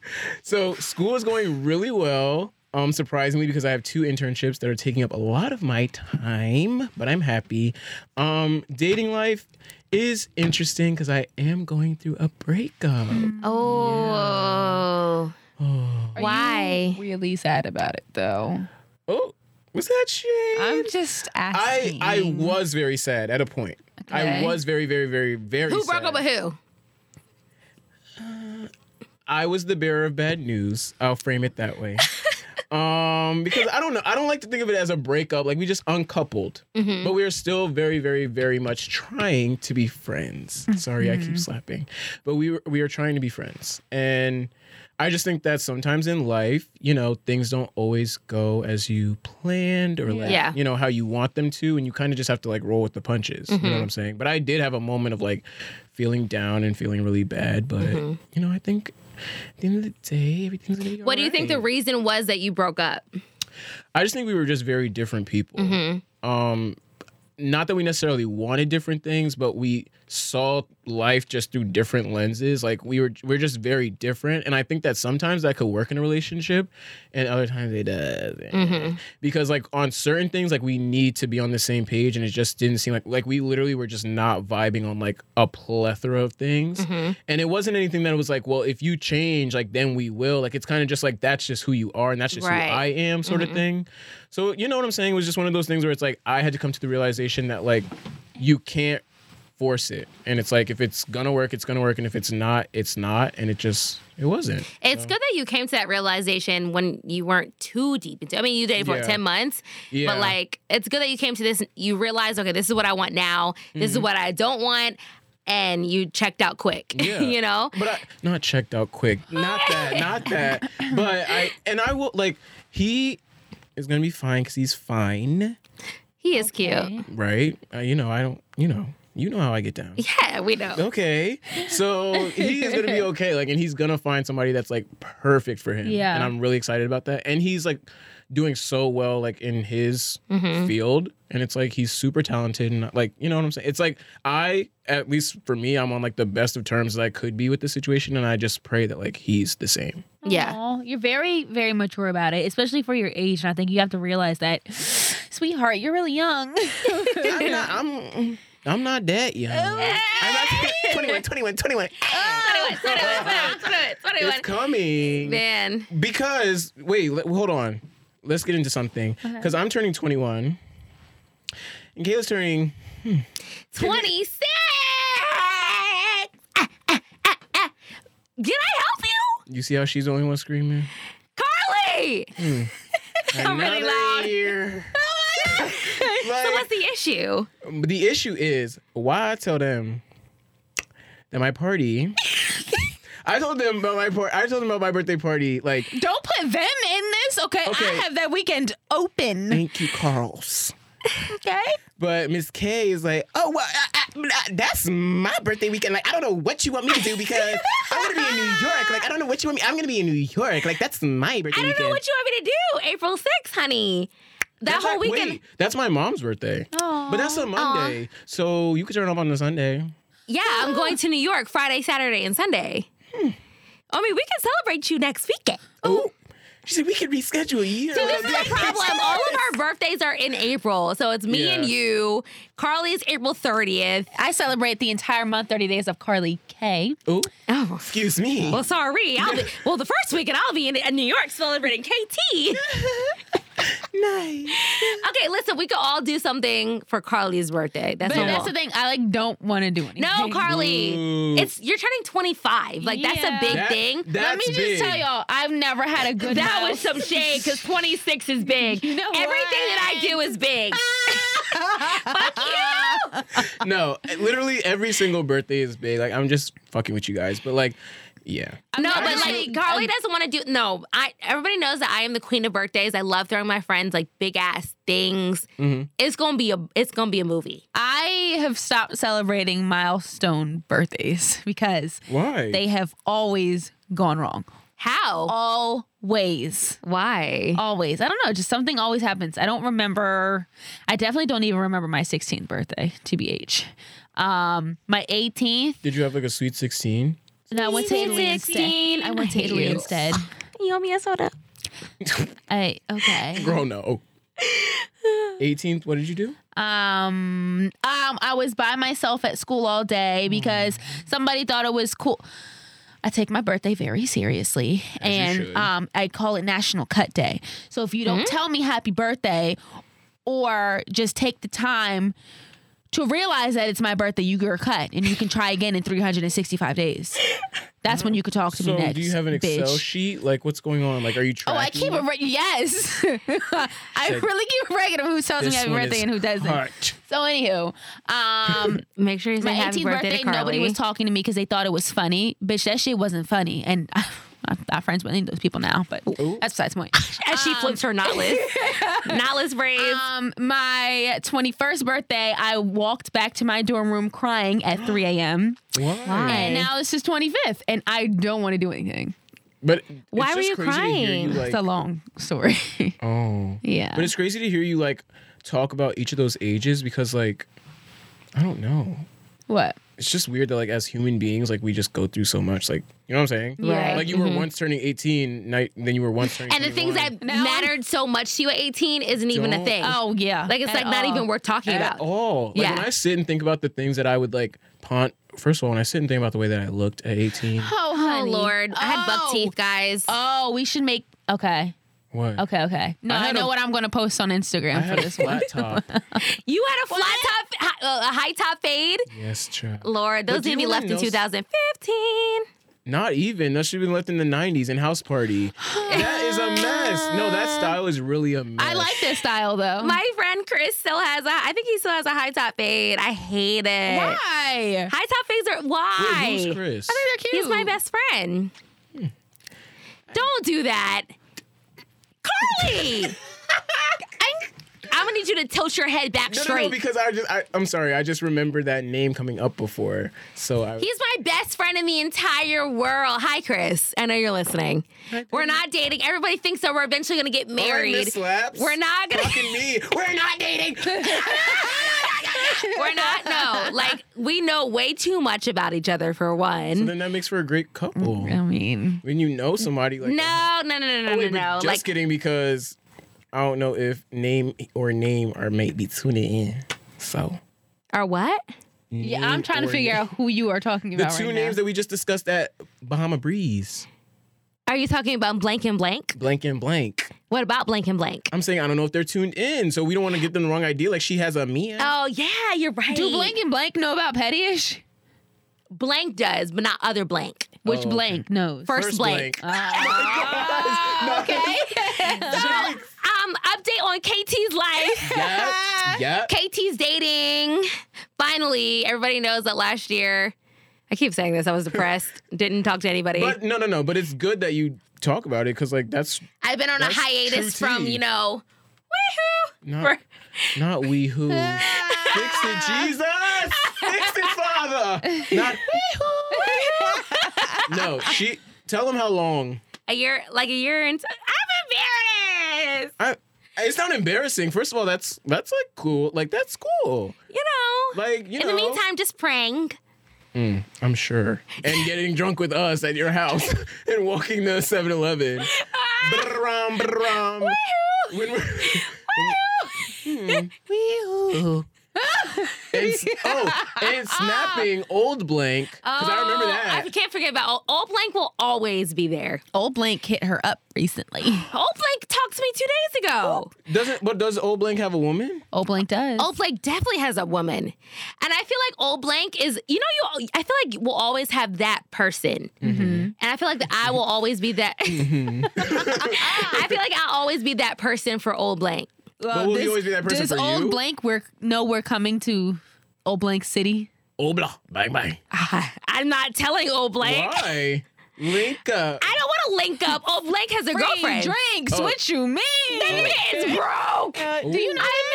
Speaker 1: so school is going really well. Um, surprisingly, because I have two internships that are taking up a lot of my time, but I'm happy. Um, dating life is interesting because I am going through a breakup.
Speaker 2: Hmm. Oh.
Speaker 4: Are you
Speaker 2: Why?
Speaker 4: really sad about it though.
Speaker 1: Oh, was that shade?
Speaker 4: I'm just
Speaker 1: I
Speaker 4: asking.
Speaker 1: I was very sad at a point. I
Speaker 4: Okay.
Speaker 1: was very very very very.
Speaker 2: Who
Speaker 1: sad.
Speaker 2: broke up with who?
Speaker 1: I was the bearer of bad news. I'll frame it that way. um, because I don't know. I don't like to think of it as a breakup. Like we just uncoupled, but we are still very, very, very much trying to be friends. Sorry, I keep slapping, but we were, we are trying to be friends, and I just think that sometimes in life, you know, things don't always go as you planned or like
Speaker 2: Yeah.
Speaker 1: you know how you want them to, and you kind of just have to like roll with the punches. You know what I'm saying? But I did have a moment of like feeling down and feeling really bad, but you know, I think at the end of the day, everything's gonna be
Speaker 2: What do you think the
Speaker 1: alright.
Speaker 2: reason was that you broke up?
Speaker 1: I just think we were just very different people.
Speaker 2: Mm-hmm.
Speaker 1: Um, not that we necessarily wanted different things, but we saw life just through different lenses. Like we were, we're just very different, and I think that sometimes that could work in a relationship, and other times it doesn't.
Speaker 2: Mm-hmm.
Speaker 1: Because like on certain things, like we need to be on the same page, and it just didn't seem like like we literally were just not vibing on like a plethora of things, and it wasn't anything that was like, well, if you change, like then we will. Like it's kind of just like that's just who you are, and that's just
Speaker 2: Right.
Speaker 1: who I am, sort of thing. So you know what I'm saying? It was just one of those things where it's like I had to come to the realization that like you can't force it, and it's like if it's gonna work, it's gonna work, and if it's not, it's not, and it just it wasn't.
Speaker 2: It's good that you came to that realization when you weren't too deep into. I mean, you dated for
Speaker 1: Yeah.
Speaker 2: ten months,
Speaker 1: Yeah.
Speaker 2: but like, it's good that you came to this. You realized, okay, this is what I want now. This
Speaker 1: Mm-hmm.
Speaker 2: is what I don't want, and you checked out quick.
Speaker 1: Yeah.
Speaker 2: you know,
Speaker 1: But I not checked out quick. Not that, not that. But I and I will like he is gonna be fine because he's fine,
Speaker 2: he is cute.
Speaker 1: right? Uh, you know I don't. You know you know how I get down.
Speaker 2: Yeah, we know.
Speaker 1: okay. So he's gonna be okay. Like, and he's gonna find somebody that's like perfect for him.
Speaker 4: Yeah.
Speaker 1: And I'm really excited about that. And he's like doing so well, like in his field. And it's like he's super talented and like, you know what I'm saying? It's like I, at least for me, I'm on like the best of terms that I could be with the situation. And I just pray that like he's the same.
Speaker 2: Yeah,
Speaker 4: Aw, you're very, very mature about it, especially for your age. And I think you have to realize that, sweetheart, you're really young.
Speaker 1: I'm not I'm I'm not that young. I'm not 21, 21, 21. It's coming.
Speaker 2: man.
Speaker 1: Because wait, let, hold on. Let's get into something because I'm turning 21, and Kayla's turning.
Speaker 2: Twenty six. Ah, Did ah. I help you,
Speaker 1: You see how she's the only one screaming?
Speaker 2: Carly? I'm really loud. Oh
Speaker 1: Year.
Speaker 2: So
Speaker 1: Like,
Speaker 2: what's the issue?
Speaker 1: the issue is why I tell them that my party. I told them about my par- I told them about my birthday party. Like,
Speaker 4: Don't put them in this, okay?
Speaker 1: Okay.
Speaker 4: I have that weekend open.
Speaker 1: thank you, Carl's.
Speaker 4: Okay.
Speaker 1: But Miss K is like, oh well, I, I- that's my birthday weekend. Like, I don't know what you want me to do because I'm gonna be in New York. Like, I don't know what you want me. I'm gonna be in New York. Like, that's my birthday
Speaker 2: I don't
Speaker 1: weekend.
Speaker 2: know what you want me to do. April 6th, honey. That
Speaker 1: That's
Speaker 2: whole
Speaker 1: like-
Speaker 2: weekend.
Speaker 1: wait, that's my mom's birthday. But that's a Monday, so you could turn up on a Sunday.
Speaker 2: Yeah, I'm going to New York Friday, Saturday, and Sunday. I mean, we can celebrate you next weekend.
Speaker 1: Oh, she said we could reschedule a year.
Speaker 2: So this is the problem. All of our birthdays are in April. So it's me and
Speaker 1: Yeah.
Speaker 2: you. Carly is April 30th.
Speaker 4: I celebrate the entire month, 30 days of Carly K.
Speaker 1: Oh,
Speaker 2: Oh,
Speaker 1: excuse me.
Speaker 2: well, sorry. I'll be, well, the first weekend I'll be in, in New York celebrating KT.
Speaker 1: nice.
Speaker 2: Okay, listen, we could all do something for Carly's birthday. That's
Speaker 4: But
Speaker 2: what
Speaker 4: that's
Speaker 2: we'll-
Speaker 4: the thing. I like don't want to do anything.
Speaker 2: No, Carly,
Speaker 1: Ooh.
Speaker 2: it's you're turning 25. Like that's a
Speaker 4: Yeah.
Speaker 2: big
Speaker 1: That-
Speaker 2: thing.
Speaker 1: that-
Speaker 4: Let me
Speaker 1: That's
Speaker 4: just
Speaker 1: big.
Speaker 4: tell y'all, I've never had a good
Speaker 2: that
Speaker 4: house.
Speaker 2: was some shade because 26 is big.
Speaker 4: know
Speaker 2: Everything that I
Speaker 4: what?
Speaker 2: do is big. Fuck you.
Speaker 1: No, literally every single birthday is big. Like I'm just fucking with you guys, but like, yeah.
Speaker 2: No,
Speaker 4: not
Speaker 2: but
Speaker 4: just
Speaker 2: like
Speaker 4: saying-
Speaker 2: Carly
Speaker 4: um,
Speaker 2: doesn't want to do. No, I. Everybody knows that I am the queen of birthdays. I love throwing my friends like big ass things. It's gonna be a. It's gonna be a movie.
Speaker 4: I have stopped celebrating milestone birthdays because
Speaker 1: Why?
Speaker 4: they have always gone wrong.
Speaker 2: How?
Speaker 4: Always.
Speaker 2: Why?
Speaker 4: Always. I don't know. Just something always happens. I don't remember. I definitely don't even remember my 16th birthday, TBH. Um, my 18th,
Speaker 1: Did you have like a sweet sixteen?
Speaker 4: no, I went to Italy
Speaker 2: 16.
Speaker 4: instead. I went
Speaker 2: I
Speaker 4: to
Speaker 2: hate
Speaker 4: Italy
Speaker 2: you.
Speaker 4: instead.
Speaker 2: You owe me a soda.
Speaker 4: I, okay.
Speaker 1: Girl, no. 18th, what did you do?
Speaker 4: Um, um, I was by myself at school all day
Speaker 1: Mm.
Speaker 4: because somebody thought it was cool. I take my birthday very seriously,
Speaker 1: you
Speaker 4: and
Speaker 1: should. Mm-hmm.
Speaker 4: um, I call it National Cut Day. So if you don't tell me Happy Birthday, or just take the time to realize that it's my birthday, you get a cut, and you can try again in 365 days. That's when you could talk to
Speaker 1: So,
Speaker 4: me next.
Speaker 1: do you have an Excel
Speaker 4: bitch.
Speaker 1: sheet? Like, what's going on? Like, are you
Speaker 4: Oh,
Speaker 1: tracking?
Speaker 4: I keep
Speaker 1: it?
Speaker 4: a re- yes. I
Speaker 1: Said,
Speaker 4: really keep a record of who tells me
Speaker 1: This
Speaker 4: happy
Speaker 1: one is
Speaker 4: birthday and who doesn't.
Speaker 1: cut.
Speaker 4: So anywho, um,
Speaker 2: Make sure you say
Speaker 4: my
Speaker 2: happy
Speaker 4: 18th
Speaker 2: birthday,
Speaker 4: birthday,
Speaker 2: to Carly.
Speaker 4: nobody was talking to me because they thought it was funny. Bitch, that shit wasn't funny. And I, am friends with any of those people now, but that's besides the point.
Speaker 2: As she flips her knotless, knotless braids.
Speaker 4: Um, my 21st birthday, I walked back to my dorm room crying at 3 a.m.
Speaker 1: Why?
Speaker 4: And now this is 25th, and I don't want to do anything.
Speaker 1: But
Speaker 2: Why
Speaker 1: it's
Speaker 2: were
Speaker 1: just
Speaker 2: you
Speaker 1: crazy to hear
Speaker 2: crying?
Speaker 1: You, like,
Speaker 4: it's a long story.
Speaker 1: oh.
Speaker 4: yeah.
Speaker 1: But it's crazy to hear you like talk about each of those ages because like I don't know.
Speaker 4: what?
Speaker 1: It's just weird that like as human beings like we just go through so much like you know what I'm saying?
Speaker 4: Right.
Speaker 1: Like you were once turning 18, night then you were once turning
Speaker 2: and the
Speaker 1: 21.
Speaker 2: things that
Speaker 4: No.
Speaker 2: mattered so much to you at 18 isn't even a
Speaker 1: Don't-
Speaker 2: thing.
Speaker 4: Oh, yeah.
Speaker 2: like it's
Speaker 4: At
Speaker 2: like not
Speaker 4: all.
Speaker 2: even worth talking
Speaker 1: at
Speaker 2: about.
Speaker 1: all. Oh, Like
Speaker 2: Yeah.
Speaker 1: when I sit and think about the things that I would like pont first of all, when I sit and think about the way that I looked at 18.
Speaker 4: Oh,
Speaker 2: Oh
Speaker 4: honey.
Speaker 2: Lord, I had buck
Speaker 4: Oh.
Speaker 2: teeth, guys.
Speaker 4: Oh, we should make. Okay.
Speaker 1: What?
Speaker 4: Okay, okay. No,
Speaker 1: I
Speaker 4: I,
Speaker 1: had
Speaker 4: know
Speaker 1: a-
Speaker 4: what I'm going to post on Instagram
Speaker 1: I
Speaker 4: for
Speaker 1: had a
Speaker 4: this one.
Speaker 1: flat top.
Speaker 2: You had a flat top, hi- uh, a high top fade.
Speaker 1: yes, child.
Speaker 2: Lord, those
Speaker 1: But do you
Speaker 2: didn't be
Speaker 1: wanna
Speaker 2: left in
Speaker 1: know-
Speaker 2: 2015.
Speaker 1: Mm. Not even. That should have been left in the 90s in House Party. that is a mess. No, that style is really a mess.
Speaker 4: I like this style though.
Speaker 2: My friend Chris still has a. I think he still has a high top fade. I hate it.
Speaker 4: why?
Speaker 2: High top fades are why?
Speaker 1: Wait, who's Chris? Hmm.
Speaker 4: They're cute.
Speaker 2: He's my best friend. Don't do that, Carly. I'm, I'm gonna need you to tilt your head back
Speaker 1: No, no,
Speaker 2: straight.
Speaker 1: no, because I just, I, I'm sorry, I just remember that name coming up before. So I,
Speaker 2: He's my best friend in the entire world. Hi, Chris. I know you're listening. We're not dating. Everybody thinks that we're eventually gonna get
Speaker 1: All right,
Speaker 2: married.
Speaker 1: Oh, Miss Slaps.
Speaker 2: We're not gonna.
Speaker 1: Fucking me. We're not dating.
Speaker 2: We're not. No, like we know way too much about each other for one.
Speaker 1: then that makes for a great couple.
Speaker 4: I mean,
Speaker 1: When you know somebody like
Speaker 2: no, no, no, no, no,
Speaker 1: Oh, Wait, but
Speaker 2: no, no.
Speaker 1: Just
Speaker 2: Like
Speaker 1: kidding, because I don't know if name or name are might be tuning in. So
Speaker 2: or what?
Speaker 4: yeah, I'm
Speaker 1: name
Speaker 4: trying to
Speaker 1: or
Speaker 4: figure
Speaker 1: name.
Speaker 4: out who you are talking
Speaker 1: the
Speaker 4: about.
Speaker 1: two
Speaker 4: right
Speaker 1: names
Speaker 4: now.
Speaker 1: that we just discussed at Bahama Breeze,
Speaker 2: Are you talking about blank and blank?
Speaker 1: blank and blank.
Speaker 2: What about blank and blank?
Speaker 1: I'm saying I don't know if they're tuned in, so we don't want to give them the wrong idea. Like she has a Mia.
Speaker 2: Oh yeah, you're right.
Speaker 4: Do Blank and Blank know about Pettyish?
Speaker 2: Blank does, but not other blank.
Speaker 1: Oh,
Speaker 4: Which Blank knows?
Speaker 2: First, blank.
Speaker 4: okay.
Speaker 2: Um, update on KT's life.
Speaker 1: Yep. Yep.
Speaker 2: KT's dating. Finally, everybody knows that last year. I keep saying this. I was depressed. Didn't talk to anybody.
Speaker 1: But no, no, no. But it's good that you talk about it because like that's
Speaker 2: I've been on a
Speaker 1: That's true
Speaker 2: hiatus from
Speaker 1: tea.
Speaker 2: you know, woohoo.
Speaker 1: Not, not we who. Fix it, Jesus. Fix it, Father. Not No, she. Tell them how long.
Speaker 2: a year, like a year into. I'm embarrassed.
Speaker 1: I. It's not embarrassing. First of all, that's that's like cool. Like that's cool.
Speaker 2: You know.
Speaker 1: Like you
Speaker 2: in
Speaker 1: know.
Speaker 2: the meantime, just praying.
Speaker 1: I'm sure. And getting drunk with us at your house and walking the 7-Eleven.
Speaker 2: Ah!
Speaker 1: Brrram, brrram. When we're-
Speaker 4: Wee-hoo.
Speaker 1: and, s- oh, and snapping old blank because I remember
Speaker 2: Oh,
Speaker 1: that.
Speaker 2: I can't forget about old, old blank. Will always be there.
Speaker 4: Old Blank hit her up recently.
Speaker 2: Old blank talked to me two days ago.
Speaker 1: Doesn't but does old blank have a woman?
Speaker 4: Old Blank does.
Speaker 2: Old Blank definitely has a woman. And I feel like Old Blank is, you know, you. I feel like we'll always have that person.
Speaker 1: Mm-hmm.
Speaker 2: And I feel like that I will always be that. I feel like I'll always be that person for Old Blank.
Speaker 4: Well,
Speaker 1: But will he always be that person
Speaker 4: does
Speaker 1: for
Speaker 4: Old
Speaker 1: you?
Speaker 4: Blank we're, know we're coming to Old Blank City?
Speaker 1: Old blah bang bang.
Speaker 2: Ah, I'm not telling Old Blank.
Speaker 1: Why? Link up.
Speaker 2: I don't want to link up. Old Blank has a girlfriend.
Speaker 4: drinks.
Speaker 1: Oh.
Speaker 4: What you mean?
Speaker 2: It's broke.
Speaker 4: Do you know?
Speaker 2: I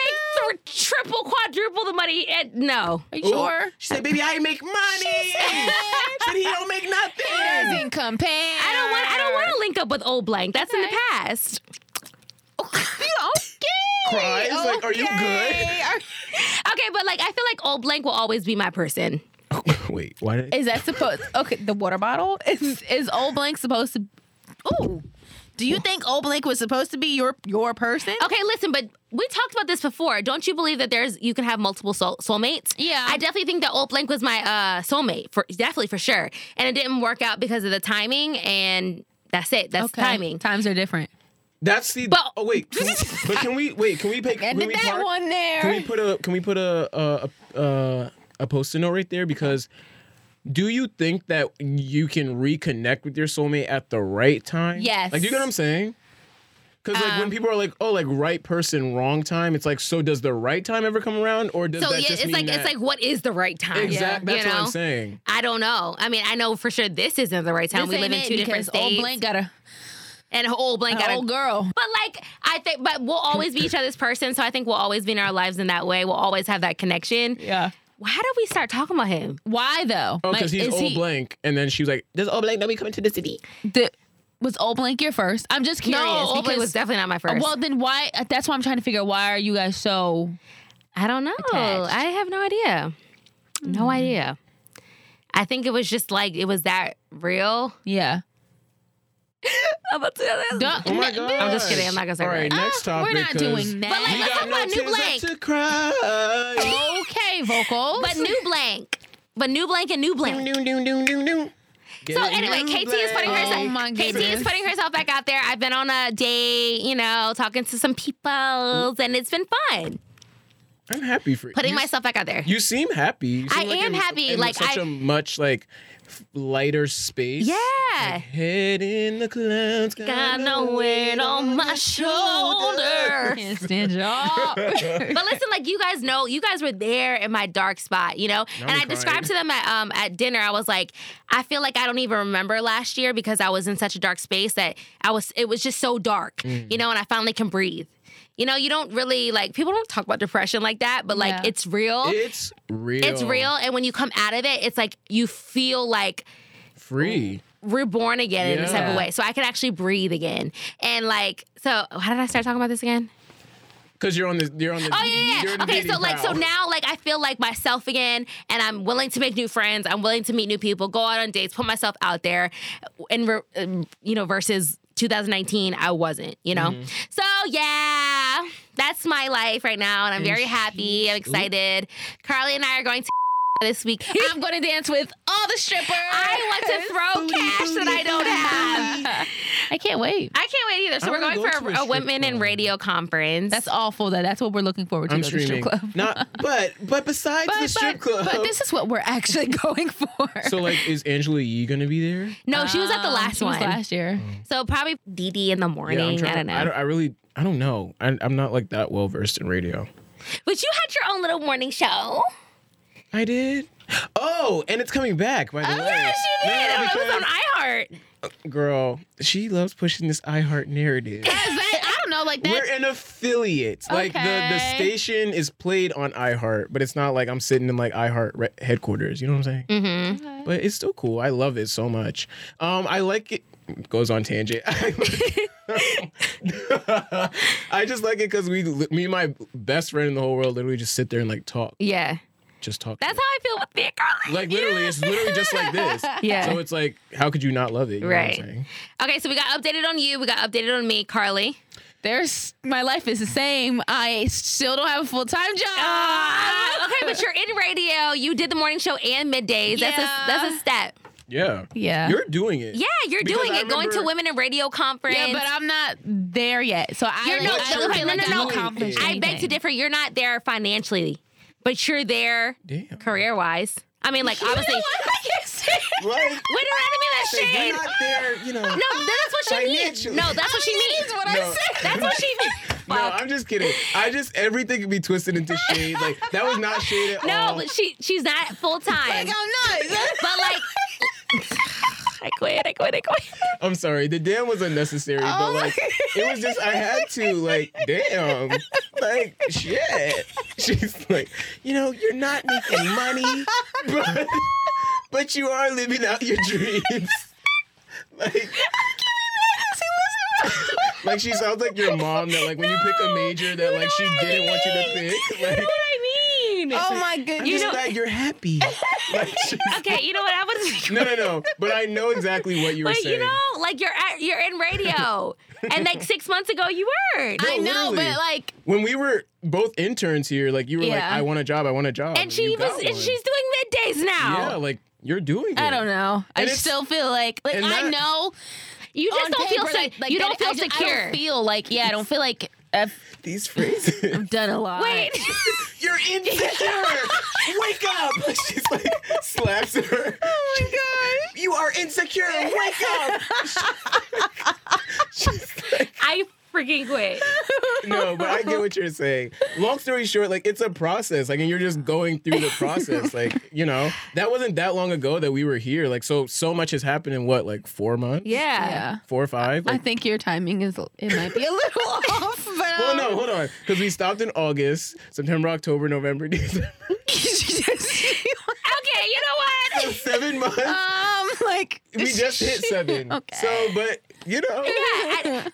Speaker 2: make th- triple, quadruple the money. And no.
Speaker 4: Are you
Speaker 1: Ooh.
Speaker 4: sure?
Speaker 1: She said, "Baby, I make money." But he don't make nothing.
Speaker 4: Doesn't compare.
Speaker 2: I don't want. I don't want to link up with old blank. That's in the
Speaker 4: Okay.
Speaker 2: past.
Speaker 4: okay.
Speaker 1: Cries, like, are you
Speaker 4: okay. Are-
Speaker 2: Okay, but like I feel like old blank will always be my person.
Speaker 1: Wait, why did?
Speaker 4: Is that supposed? Okay, the water bottle is is Old Blank supposed to? Ooh, do you think Old Blank was supposed to be your your person?
Speaker 2: Okay, listen, but we talked about this before. Don't you believe that there's you can have multiple soul, soulmates?
Speaker 4: Yeah.
Speaker 2: I definitely think that old blank was my uh soulmate for definitely for sure, and it didn't work out because of the timing and. That's it. That's
Speaker 4: Okay.
Speaker 2: timing.
Speaker 4: Times are different.
Speaker 1: That's the.
Speaker 2: But-
Speaker 1: oh wait, can we- but can we wait? Can we pick? Can
Speaker 4: Ended
Speaker 1: we
Speaker 4: that
Speaker 1: park-
Speaker 4: one there.
Speaker 1: Can we put a? Can we put a a a, a, a post-it note right there because. Do you think that you can reconnect with your soulmate at the right time?
Speaker 4: Yes.
Speaker 1: Like, do you get what I'm saying? Because like
Speaker 2: Um,
Speaker 1: when people are like, "Oh, like right person, wrong time," it's like, so does the right time ever come around, or does
Speaker 2: So
Speaker 1: that
Speaker 2: yeah,
Speaker 1: just
Speaker 2: it's
Speaker 1: mean
Speaker 2: like
Speaker 1: that
Speaker 2: it's like what is the right time?
Speaker 1: exactly?
Speaker 2: You
Speaker 1: That's what
Speaker 2: know?
Speaker 1: I'm saying.
Speaker 2: I don't know. I mean, I know for sure this isn't the right time.
Speaker 4: This
Speaker 2: we live
Speaker 4: ain't
Speaker 2: in
Speaker 4: it
Speaker 2: two different
Speaker 4: because
Speaker 2: states.
Speaker 4: Old Blank got a,
Speaker 2: and old blank
Speaker 4: an
Speaker 2: got a
Speaker 4: old girl.
Speaker 2: But like I think, but we'll always be each other's person. So I think we'll always be in our lives in that way. We'll always have that connection.
Speaker 4: Yeah.
Speaker 2: How did we start talking about him?
Speaker 4: Why though?
Speaker 1: Oh,
Speaker 4: Like,
Speaker 1: because he's
Speaker 4: is
Speaker 1: old
Speaker 4: he-
Speaker 1: blank, and then she was like, "Does old blank know we coming to the city?"
Speaker 4: the- was old blank your first? I'm just curious.
Speaker 2: no, old blank
Speaker 4: because-
Speaker 2: was definitely not my first.
Speaker 4: Well, then why? uh, That's why I'm trying to figure out why are you guys so?
Speaker 2: I don't know.
Speaker 4: attached.
Speaker 2: I have no idea. No idea. I think it was just like it was that real.
Speaker 4: Yeah.
Speaker 2: I'm about to tell
Speaker 4: Duh.
Speaker 1: Oh my
Speaker 4: Bitch.
Speaker 1: god!
Speaker 2: I'm just kidding. I'm not gonna say
Speaker 1: All right,
Speaker 2: that.
Speaker 1: next
Speaker 4: Ah,
Speaker 1: topic.
Speaker 4: We're not
Speaker 1: 'cause
Speaker 4: doing that.
Speaker 2: But, like,
Speaker 1: We
Speaker 2: Let's
Speaker 1: got
Speaker 2: talk
Speaker 1: no
Speaker 2: about New
Speaker 1: tears
Speaker 2: Blank.
Speaker 1: left to cry.
Speaker 4: okay, vocals.
Speaker 2: But new blank. But new blank and new blank.
Speaker 1: Doo, doo, doo, doo, doo, doo. Get
Speaker 2: So
Speaker 1: it,
Speaker 2: anyway,
Speaker 1: New
Speaker 2: KT is putting
Speaker 1: Blank.
Speaker 2: herself.
Speaker 4: Oh my
Speaker 2: KT is
Speaker 4: goodness.
Speaker 2: putting herself back out there. I've been on a date, you know, talking to some peoples, and it's been fun.
Speaker 1: I'm happy for you.
Speaker 2: Putting
Speaker 1: You-
Speaker 2: myself back out there.
Speaker 1: You seem happy. You seem
Speaker 2: I
Speaker 1: like
Speaker 2: am
Speaker 1: in-
Speaker 2: happy,
Speaker 1: in
Speaker 2: like,
Speaker 1: such
Speaker 2: I-
Speaker 1: a much like f- lighter space.
Speaker 2: yeah.
Speaker 1: Head in the clouds.
Speaker 2: Got no weight on my shoulder.
Speaker 4: can't stand y'all.
Speaker 2: but listen, like you guys know, you guys were there in my dark spot, you know. and I
Speaker 1: I'm
Speaker 2: described to them at um at dinner, I was like, I feel like I don't even remember last year because I was in such a dark space that I was it was just so dark, you know, and I finally can breathe. You know, you don't really like people don't talk about depression like that, but like
Speaker 4: Yeah.
Speaker 2: it's real.
Speaker 1: It's real.
Speaker 2: It's real, and when you come out of it, it's like you feel like
Speaker 1: Free.
Speaker 2: reborn again in a type of
Speaker 1: Yeah.
Speaker 2: way. So I can actually breathe again, and like, so how did I start talking about this again?
Speaker 1: Cause you're on the you're on the.
Speaker 2: Oh yeah,
Speaker 1: you're
Speaker 2: yeah.
Speaker 1: in
Speaker 2: yeah.
Speaker 1: the
Speaker 2: Okay, so
Speaker 1: dating
Speaker 2: like, so
Speaker 1: crowd.
Speaker 2: now like I feel like myself again, and I'm willing to make new friends. I'm willing to meet new people, go out on dates, put myself out there, and re- um, you know, versus 2019, I wasn't. You
Speaker 1: Mm-hmm.
Speaker 2: know, so yeah, that's my life right now, and I'm very happy. I'm excited. Carly and I are going to this week.
Speaker 4: I'm gonna dance with all the strippers.
Speaker 2: I want to throw cash that I don't have.
Speaker 4: I can't wait.
Speaker 2: I can't wait either. So
Speaker 1: I
Speaker 2: we're
Speaker 1: wanna
Speaker 2: going
Speaker 1: go
Speaker 2: for
Speaker 1: to
Speaker 2: a,
Speaker 1: a
Speaker 2: a women
Speaker 1: strip
Speaker 2: in
Speaker 1: club.
Speaker 2: radio conference.
Speaker 4: That's awful. That that's what we're looking forward to.
Speaker 1: I'm
Speaker 4: though, the
Speaker 1: streaming.
Speaker 4: strip club.
Speaker 1: Not, but but besides the strip club.
Speaker 4: but this is what we're actually going for.
Speaker 1: so like, is Angela Yee gonna be there?
Speaker 2: no, she was at the
Speaker 4: Um,
Speaker 2: last
Speaker 4: she was
Speaker 2: one.
Speaker 4: last year.
Speaker 2: So probably Dee Dee in the morning. I don't know.
Speaker 1: I, I really, I don't know. I, I'm not like that well versed in radio.
Speaker 2: But you had your own little morning show.
Speaker 1: I did. Oh, and it's coming back. By the way,
Speaker 2: she did.
Speaker 1: Yeah,
Speaker 2: it was on
Speaker 1: because-
Speaker 2: iHeart.
Speaker 1: girl, she loves pushing this iHeart narrative.
Speaker 4: Is that- I don't know. like that.
Speaker 1: We're an affiliate. Like the, the
Speaker 4: Okay.
Speaker 1: station is played on iHeart, but it's not like I'm sitting in like iHeart re- headquarters. You know what I'm saying?
Speaker 2: Mm-hmm.
Speaker 1: But it's still cool. I love it so much. Um, I like it. Goes on tangent. I just like it because we, me and my best friend in the whole world, literally just sit there and like talk,
Speaker 2: Yeah.
Speaker 1: just talk.
Speaker 2: That's how I feel with being girly.
Speaker 1: like literally, it's literally just like this.
Speaker 2: Yeah.
Speaker 1: So it's like, how could you not love it? You know what I'm
Speaker 2: Right.
Speaker 1: saying?
Speaker 2: Okay, so we got updated on you. We got updated on me, Carly.
Speaker 4: There's my life is the same. I still don't have a full time job.
Speaker 2: Ah, okay, but you're in radio. You did the morning show and middays. That's a
Speaker 4: Yeah.
Speaker 2: that's a step.
Speaker 1: Yeah.
Speaker 4: Yeah.
Speaker 1: You're doing it.
Speaker 2: Yeah, you're
Speaker 1: Because
Speaker 2: doing
Speaker 1: I
Speaker 2: it. Going to
Speaker 1: remember-
Speaker 2: women in radio conference.
Speaker 4: yeah, but I'm not there yet. So I
Speaker 2: You're
Speaker 4: like,
Speaker 2: not-
Speaker 4: I don't
Speaker 2: okay,
Speaker 4: feel
Speaker 2: no,
Speaker 4: like
Speaker 2: no,
Speaker 4: I'm
Speaker 2: no.
Speaker 4: accomplished
Speaker 2: I beg to
Speaker 4: anything.
Speaker 2: differ. You're not there financially, but you're there
Speaker 1: Damn.
Speaker 2: career wise. I mean, like obviously.
Speaker 4: You know what? I can't say it.
Speaker 1: Right.
Speaker 2: Wait, don't mean that shade.
Speaker 1: You're not there, you know.
Speaker 2: No, that's what she means.
Speaker 1: Financially.
Speaker 2: No, that's what she means.
Speaker 4: That's what I
Speaker 1: No.
Speaker 4: said.
Speaker 2: That's what she means.
Speaker 1: No, I'm just kidding. I just everything can be twisted into shade. Like that was not shade at
Speaker 2: No,
Speaker 1: all.
Speaker 2: but she she's not full time.
Speaker 4: Like, I'm not.
Speaker 2: but like I quit, I quit, I quit.
Speaker 1: I'm sorry. The damn was unnecessary,
Speaker 4: Oh
Speaker 1: but
Speaker 4: my-
Speaker 1: like it was just I had to. Like damn, like shit. She's like, you know, you're not making money, but but you are living out your dreams. Like. Like she sounds like your mom that like when you pick a major that like she didn't want you to pick. Like
Speaker 2: I mean.
Speaker 4: Oh my
Speaker 1: I'm
Speaker 4: goodness.
Speaker 1: just
Speaker 2: know-
Speaker 1: glad you're happy. Like, she's-
Speaker 2: okay, you know what I was
Speaker 1: no, no, no. But I know exactly what you were
Speaker 2: But
Speaker 1: saying.
Speaker 2: you know, like you're at, you're in radio. and like six months ago you were.
Speaker 4: I know,
Speaker 1: literally.
Speaker 4: but like
Speaker 1: when we were both interns here, like you were like,
Speaker 4: Yeah.
Speaker 1: "I want a job, I want a job,"
Speaker 2: and she
Speaker 1: you
Speaker 2: was
Speaker 1: got
Speaker 2: and
Speaker 1: one.
Speaker 2: she's doing middays now.
Speaker 1: yeah, like you're doing. It.
Speaker 4: I don't know.
Speaker 1: And
Speaker 4: I
Speaker 1: it's-
Speaker 4: still feel like like
Speaker 1: and
Speaker 4: I
Speaker 1: that-
Speaker 4: know
Speaker 2: you just
Speaker 4: on
Speaker 2: don't feel
Speaker 4: paper,
Speaker 2: se- you
Speaker 4: that
Speaker 2: don't feel
Speaker 4: I just- I
Speaker 2: secure.
Speaker 4: don't feel like yeah, I don't feel like I've
Speaker 1: These phrases.
Speaker 4: done a lot.
Speaker 2: Wait.
Speaker 1: you're insecure. Wake up! She's like slaps her. Oh my god! You are insecure. Wake up!
Speaker 2: I freaking quit.
Speaker 1: no, but I get what you're saying. Long story short, like it's a process. Like, and you're just going through the process. Like, you know, that wasn't that long ago that we were here. Like, so so much has happened in what, like four months?
Speaker 2: Yeah.
Speaker 4: Yeah.
Speaker 1: Four or five?
Speaker 4: I
Speaker 1: Like,
Speaker 4: think your timing is it might be a little off, but
Speaker 1: well,
Speaker 4: Oh.
Speaker 1: no, hold on. Because we stopped in August, September, October, November, December.
Speaker 2: Okay, you know what?
Speaker 1: seven months.
Speaker 4: um like
Speaker 1: we just hit seven.
Speaker 4: Okay.
Speaker 1: So, but, you know.
Speaker 2: Yeah,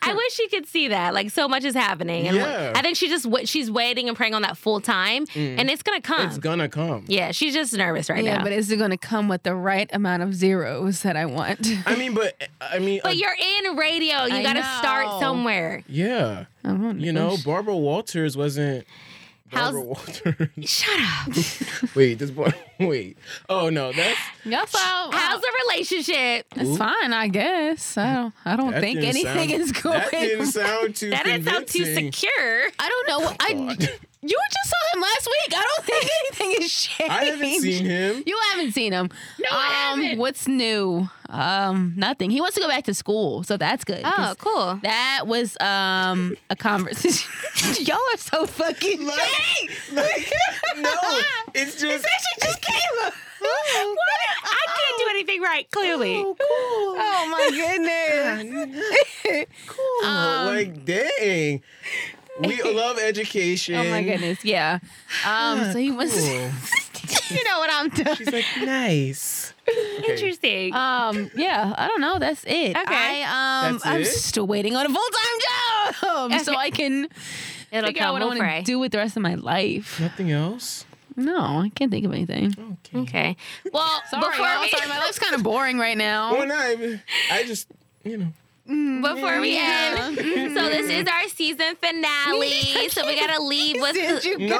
Speaker 2: I, I wish she could see that. Like so much is happening, and
Speaker 1: Yeah.
Speaker 2: I think she just wa- she's waiting and praying on that full time, and it's gonna come.
Speaker 1: It's gonna come.
Speaker 2: yeah, she's just nervous right
Speaker 4: Mm. yeah,
Speaker 2: now.
Speaker 4: but
Speaker 2: But,
Speaker 4: is it going to come with the right amount of zeros that I want?
Speaker 1: I mean, but I mean, uh,
Speaker 2: you're in radio. You
Speaker 4: I
Speaker 2: gotta
Speaker 4: know.
Speaker 2: start somewhere.
Speaker 1: yeah,
Speaker 4: I don't
Speaker 1: you know, Barbara Walters wasn't
Speaker 2: How's-
Speaker 1: Barbara Walters.
Speaker 2: Shut up.
Speaker 1: Wait, this boy. Wait. Oh no, that's
Speaker 4: Yeah, so
Speaker 2: How's the relationship?
Speaker 4: it's fine, I guess. I don't, I don't
Speaker 1: that
Speaker 4: think
Speaker 1: didn't
Speaker 4: anything
Speaker 1: sound-
Speaker 4: is going.
Speaker 1: That didn't sound too.
Speaker 2: That didn't sound too
Speaker 1: convincing.
Speaker 2: secure.
Speaker 4: I don't know. what- I
Speaker 1: God.
Speaker 4: you just saw him last week. I don't think anything is changed.
Speaker 1: I haven't seen him.
Speaker 4: You haven't seen him. No,
Speaker 2: I haven't.
Speaker 4: What's new? Um, nothing. He wants to go back to school, so that's good. 'cause
Speaker 2: Oh, cool.
Speaker 4: That was um a conversation. Y'all are so fucking
Speaker 1: Like-
Speaker 4: gay.
Speaker 1: Like, no, it's just.
Speaker 4: just came up. Oh,
Speaker 2: I can't do anything right. Clearly,
Speaker 1: cool.
Speaker 4: oh my goodness.
Speaker 1: cool.
Speaker 4: Um,
Speaker 1: like dang, we love education.
Speaker 4: Oh my goodness. Yeah. Um. So he wants.
Speaker 1: Cool.
Speaker 4: you know what I'm doing.
Speaker 1: She's like nice. Okay.
Speaker 2: interesting.
Speaker 4: Um. Yeah. I don't know. That's it.
Speaker 2: Okay.
Speaker 4: I um.
Speaker 1: That's
Speaker 4: I'm
Speaker 1: it?
Speaker 4: still waiting on a full time job, so
Speaker 2: Okay.
Speaker 4: I can
Speaker 2: It'll
Speaker 4: figure out
Speaker 2: come.
Speaker 4: what I
Speaker 2: We'll
Speaker 4: want
Speaker 2: pray.
Speaker 4: to do with the rest of my life.
Speaker 1: Nothing else.
Speaker 4: No, I can't think of anything.
Speaker 1: Okay.
Speaker 2: okay. Well,
Speaker 4: Sorry,
Speaker 2: before
Speaker 4: y'all.
Speaker 2: we
Speaker 4: sorry. My life's kind of boring right
Speaker 1: Well,
Speaker 4: now.
Speaker 1: Oh, no, I, I just you know.
Speaker 2: before we
Speaker 4: Yeah. Mm-hmm.
Speaker 2: end. So this is our season finale. so we gotta leave with.
Speaker 4: you
Speaker 1: No,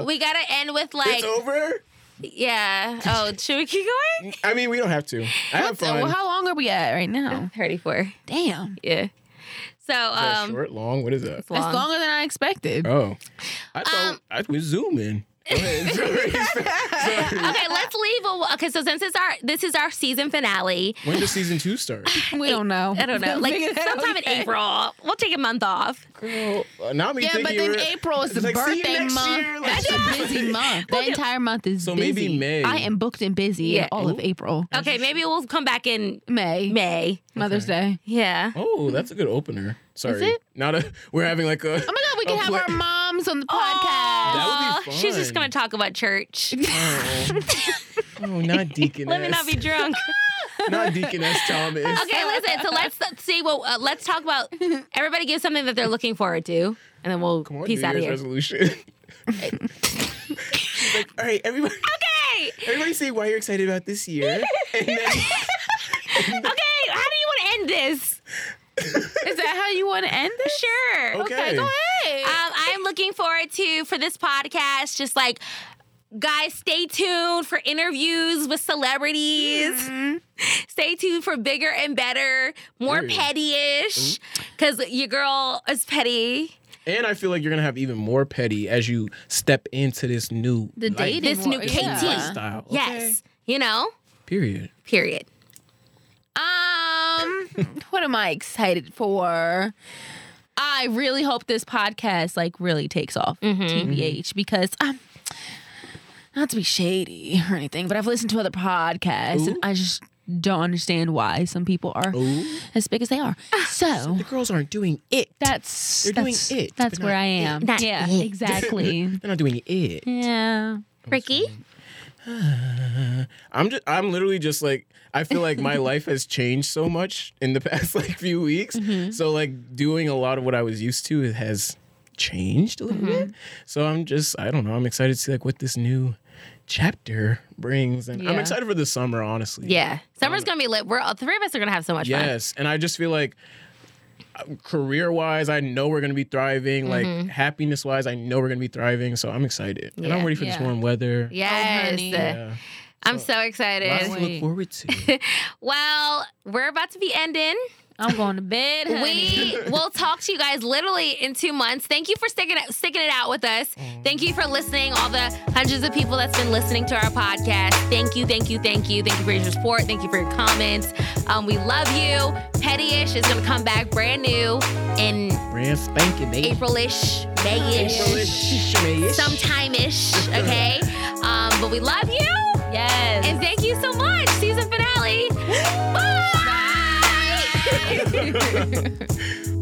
Speaker 1: uh,
Speaker 2: We gotta end with like,
Speaker 1: it's over. Mm.
Speaker 2: yeah. Oh, should we keep going?
Speaker 1: I mean, we don't have to. I have
Speaker 4: So,
Speaker 1: fun.
Speaker 4: well, how long are we at right now?
Speaker 2: Thirty-four.
Speaker 4: Damn.
Speaker 2: Yeah. So
Speaker 1: Is that
Speaker 2: um,
Speaker 1: short, long. What is that?
Speaker 2: long.
Speaker 4: That's longer than I expected.
Speaker 1: Oh, I thought I was zooming. Go ahead. Sorry.
Speaker 2: Okay, let's leave. A, okay, so since it's our this is our season finale,
Speaker 1: When does season two start?
Speaker 4: We don't know.
Speaker 2: I don't know, like
Speaker 4: Figure that out
Speaker 2: sometime in
Speaker 4: yet.
Speaker 2: April, we'll take a month off.
Speaker 1: Girl, uh, now me
Speaker 4: Yeah,
Speaker 1: thinking
Speaker 4: but then
Speaker 1: you're-
Speaker 4: April is the
Speaker 1: it's like, see you
Speaker 4: birthday
Speaker 1: next
Speaker 4: month.
Speaker 1: year, like-
Speaker 4: That's a busy month. The entire month is
Speaker 1: So
Speaker 4: busy.
Speaker 1: maybe May.
Speaker 4: I am booked and busy
Speaker 2: Yeah.
Speaker 4: all of
Speaker 1: Ooh.
Speaker 4: April.
Speaker 2: Okay, maybe we'll come back in
Speaker 4: May.
Speaker 2: May.
Speaker 4: Mother's Day.
Speaker 2: Yeah.
Speaker 1: Oh, that's a good opener. Sorry,
Speaker 4: it?
Speaker 1: not a. We're having like a.
Speaker 4: Oh my god, we can
Speaker 1: Oh,
Speaker 4: have
Speaker 1: what-
Speaker 4: our moms on the podcast.
Speaker 1: That
Speaker 2: Aw,
Speaker 1: would be
Speaker 2: She's just
Speaker 1: fun.
Speaker 2: gonna talk about church.
Speaker 1: Oh, oh, not deaconess.
Speaker 2: Let me not be drunk.
Speaker 1: not deaconess Thomas.
Speaker 2: Okay, listen. So let's see. Well, uh, let's talk about. Everybody give something that they're looking forward to, and then we'll
Speaker 1: Come on,
Speaker 2: peace
Speaker 1: New
Speaker 2: out of
Speaker 1: Year's
Speaker 2: here.
Speaker 1: resolution. She's like, all right, everybody,
Speaker 2: Okay.
Speaker 1: everybody, say why you're excited about this year, and then
Speaker 2: Okay. How do you want to end this?
Speaker 4: Is that how you want to end this?
Speaker 2: Sure.
Speaker 1: Okay.
Speaker 4: go ahead.
Speaker 2: Um, I'm looking forward to for this podcast, just like guys, stay tuned for interviews with celebrities.
Speaker 1: Mm-hmm.
Speaker 2: Stay tuned for bigger and better, more
Speaker 1: Period.
Speaker 2: petty-ish, because your girl is petty.
Speaker 1: and I feel like you're gonna have even more petty as you step into this new
Speaker 4: the
Speaker 1: life
Speaker 4: dating
Speaker 2: This new
Speaker 4: world.
Speaker 2: KT.
Speaker 1: lifestyle. Okay?
Speaker 2: Yes, you know.
Speaker 1: Period.
Speaker 2: Period.
Speaker 4: Um, what am I excited for? I really hope this podcast like really takes off, TBH, because um, not to be shady or anything, but I've listened to other podcasts and
Speaker 1: Ooh.
Speaker 4: I just don't understand why some people are
Speaker 1: Ooh.
Speaker 4: as big as they are. So
Speaker 1: The girls aren't doing it.
Speaker 4: that's
Speaker 1: They're doing
Speaker 4: that's,
Speaker 1: it,
Speaker 4: that's
Speaker 1: but
Speaker 4: where
Speaker 1: not
Speaker 4: I am.
Speaker 2: it. Not
Speaker 4: yeah,
Speaker 2: it.
Speaker 4: exactly.
Speaker 1: They're not doing it.
Speaker 4: yeah.
Speaker 1: Oh,
Speaker 2: Ricky.
Speaker 1: I'm just I'm literally just like I feel like my life has changed so much in the past like few weeks.
Speaker 4: Mm-hmm.
Speaker 1: So like doing a lot of what I was used to it has changed a little
Speaker 4: Mm-hmm.
Speaker 1: bit. So I'm just I don't know, I'm excited to see like what this new chapter brings and I'm
Speaker 4: Yeah.
Speaker 1: excited for the summer honestly.
Speaker 2: Yeah,
Speaker 1: Um,
Speaker 2: summer's gonna be lit. We're all three of us are gonna have so much fun.
Speaker 1: Yes, and I just feel like career wise, I know we're gonna be thriving. Like happiness wise, I know we're gonna be thriving. So I'm excited, and I'm
Speaker 2: Yeah.
Speaker 1: ready for this
Speaker 4: Mm-hmm. Yeah.
Speaker 1: warm weather. Oh,
Speaker 2: Yes,
Speaker 4: honey.
Speaker 1: Yeah.
Speaker 2: I'm so
Speaker 1: Lots
Speaker 2: excited.
Speaker 1: to look
Speaker 4: Wait.
Speaker 1: forward to.
Speaker 2: Well, we're about to be ending.
Speaker 4: I'm going to bed. Honey.
Speaker 2: We will talk to you guys literally in two months. Thank you for sticking it, sticking it out with us. Thank you for listening. All the hundreds of people that's been listening to our podcast. Thank you, thank you, thank you, thank you for your support. Thank you for your comments. Um, we love you. Pettyish is gonna come back brand new in
Speaker 1: Brand spanking, baby.
Speaker 2: Aprilish, Mayish, sometime-ish. Okay, um, but we love you.
Speaker 4: yes.
Speaker 2: And thank you so much. Season finale. Bye.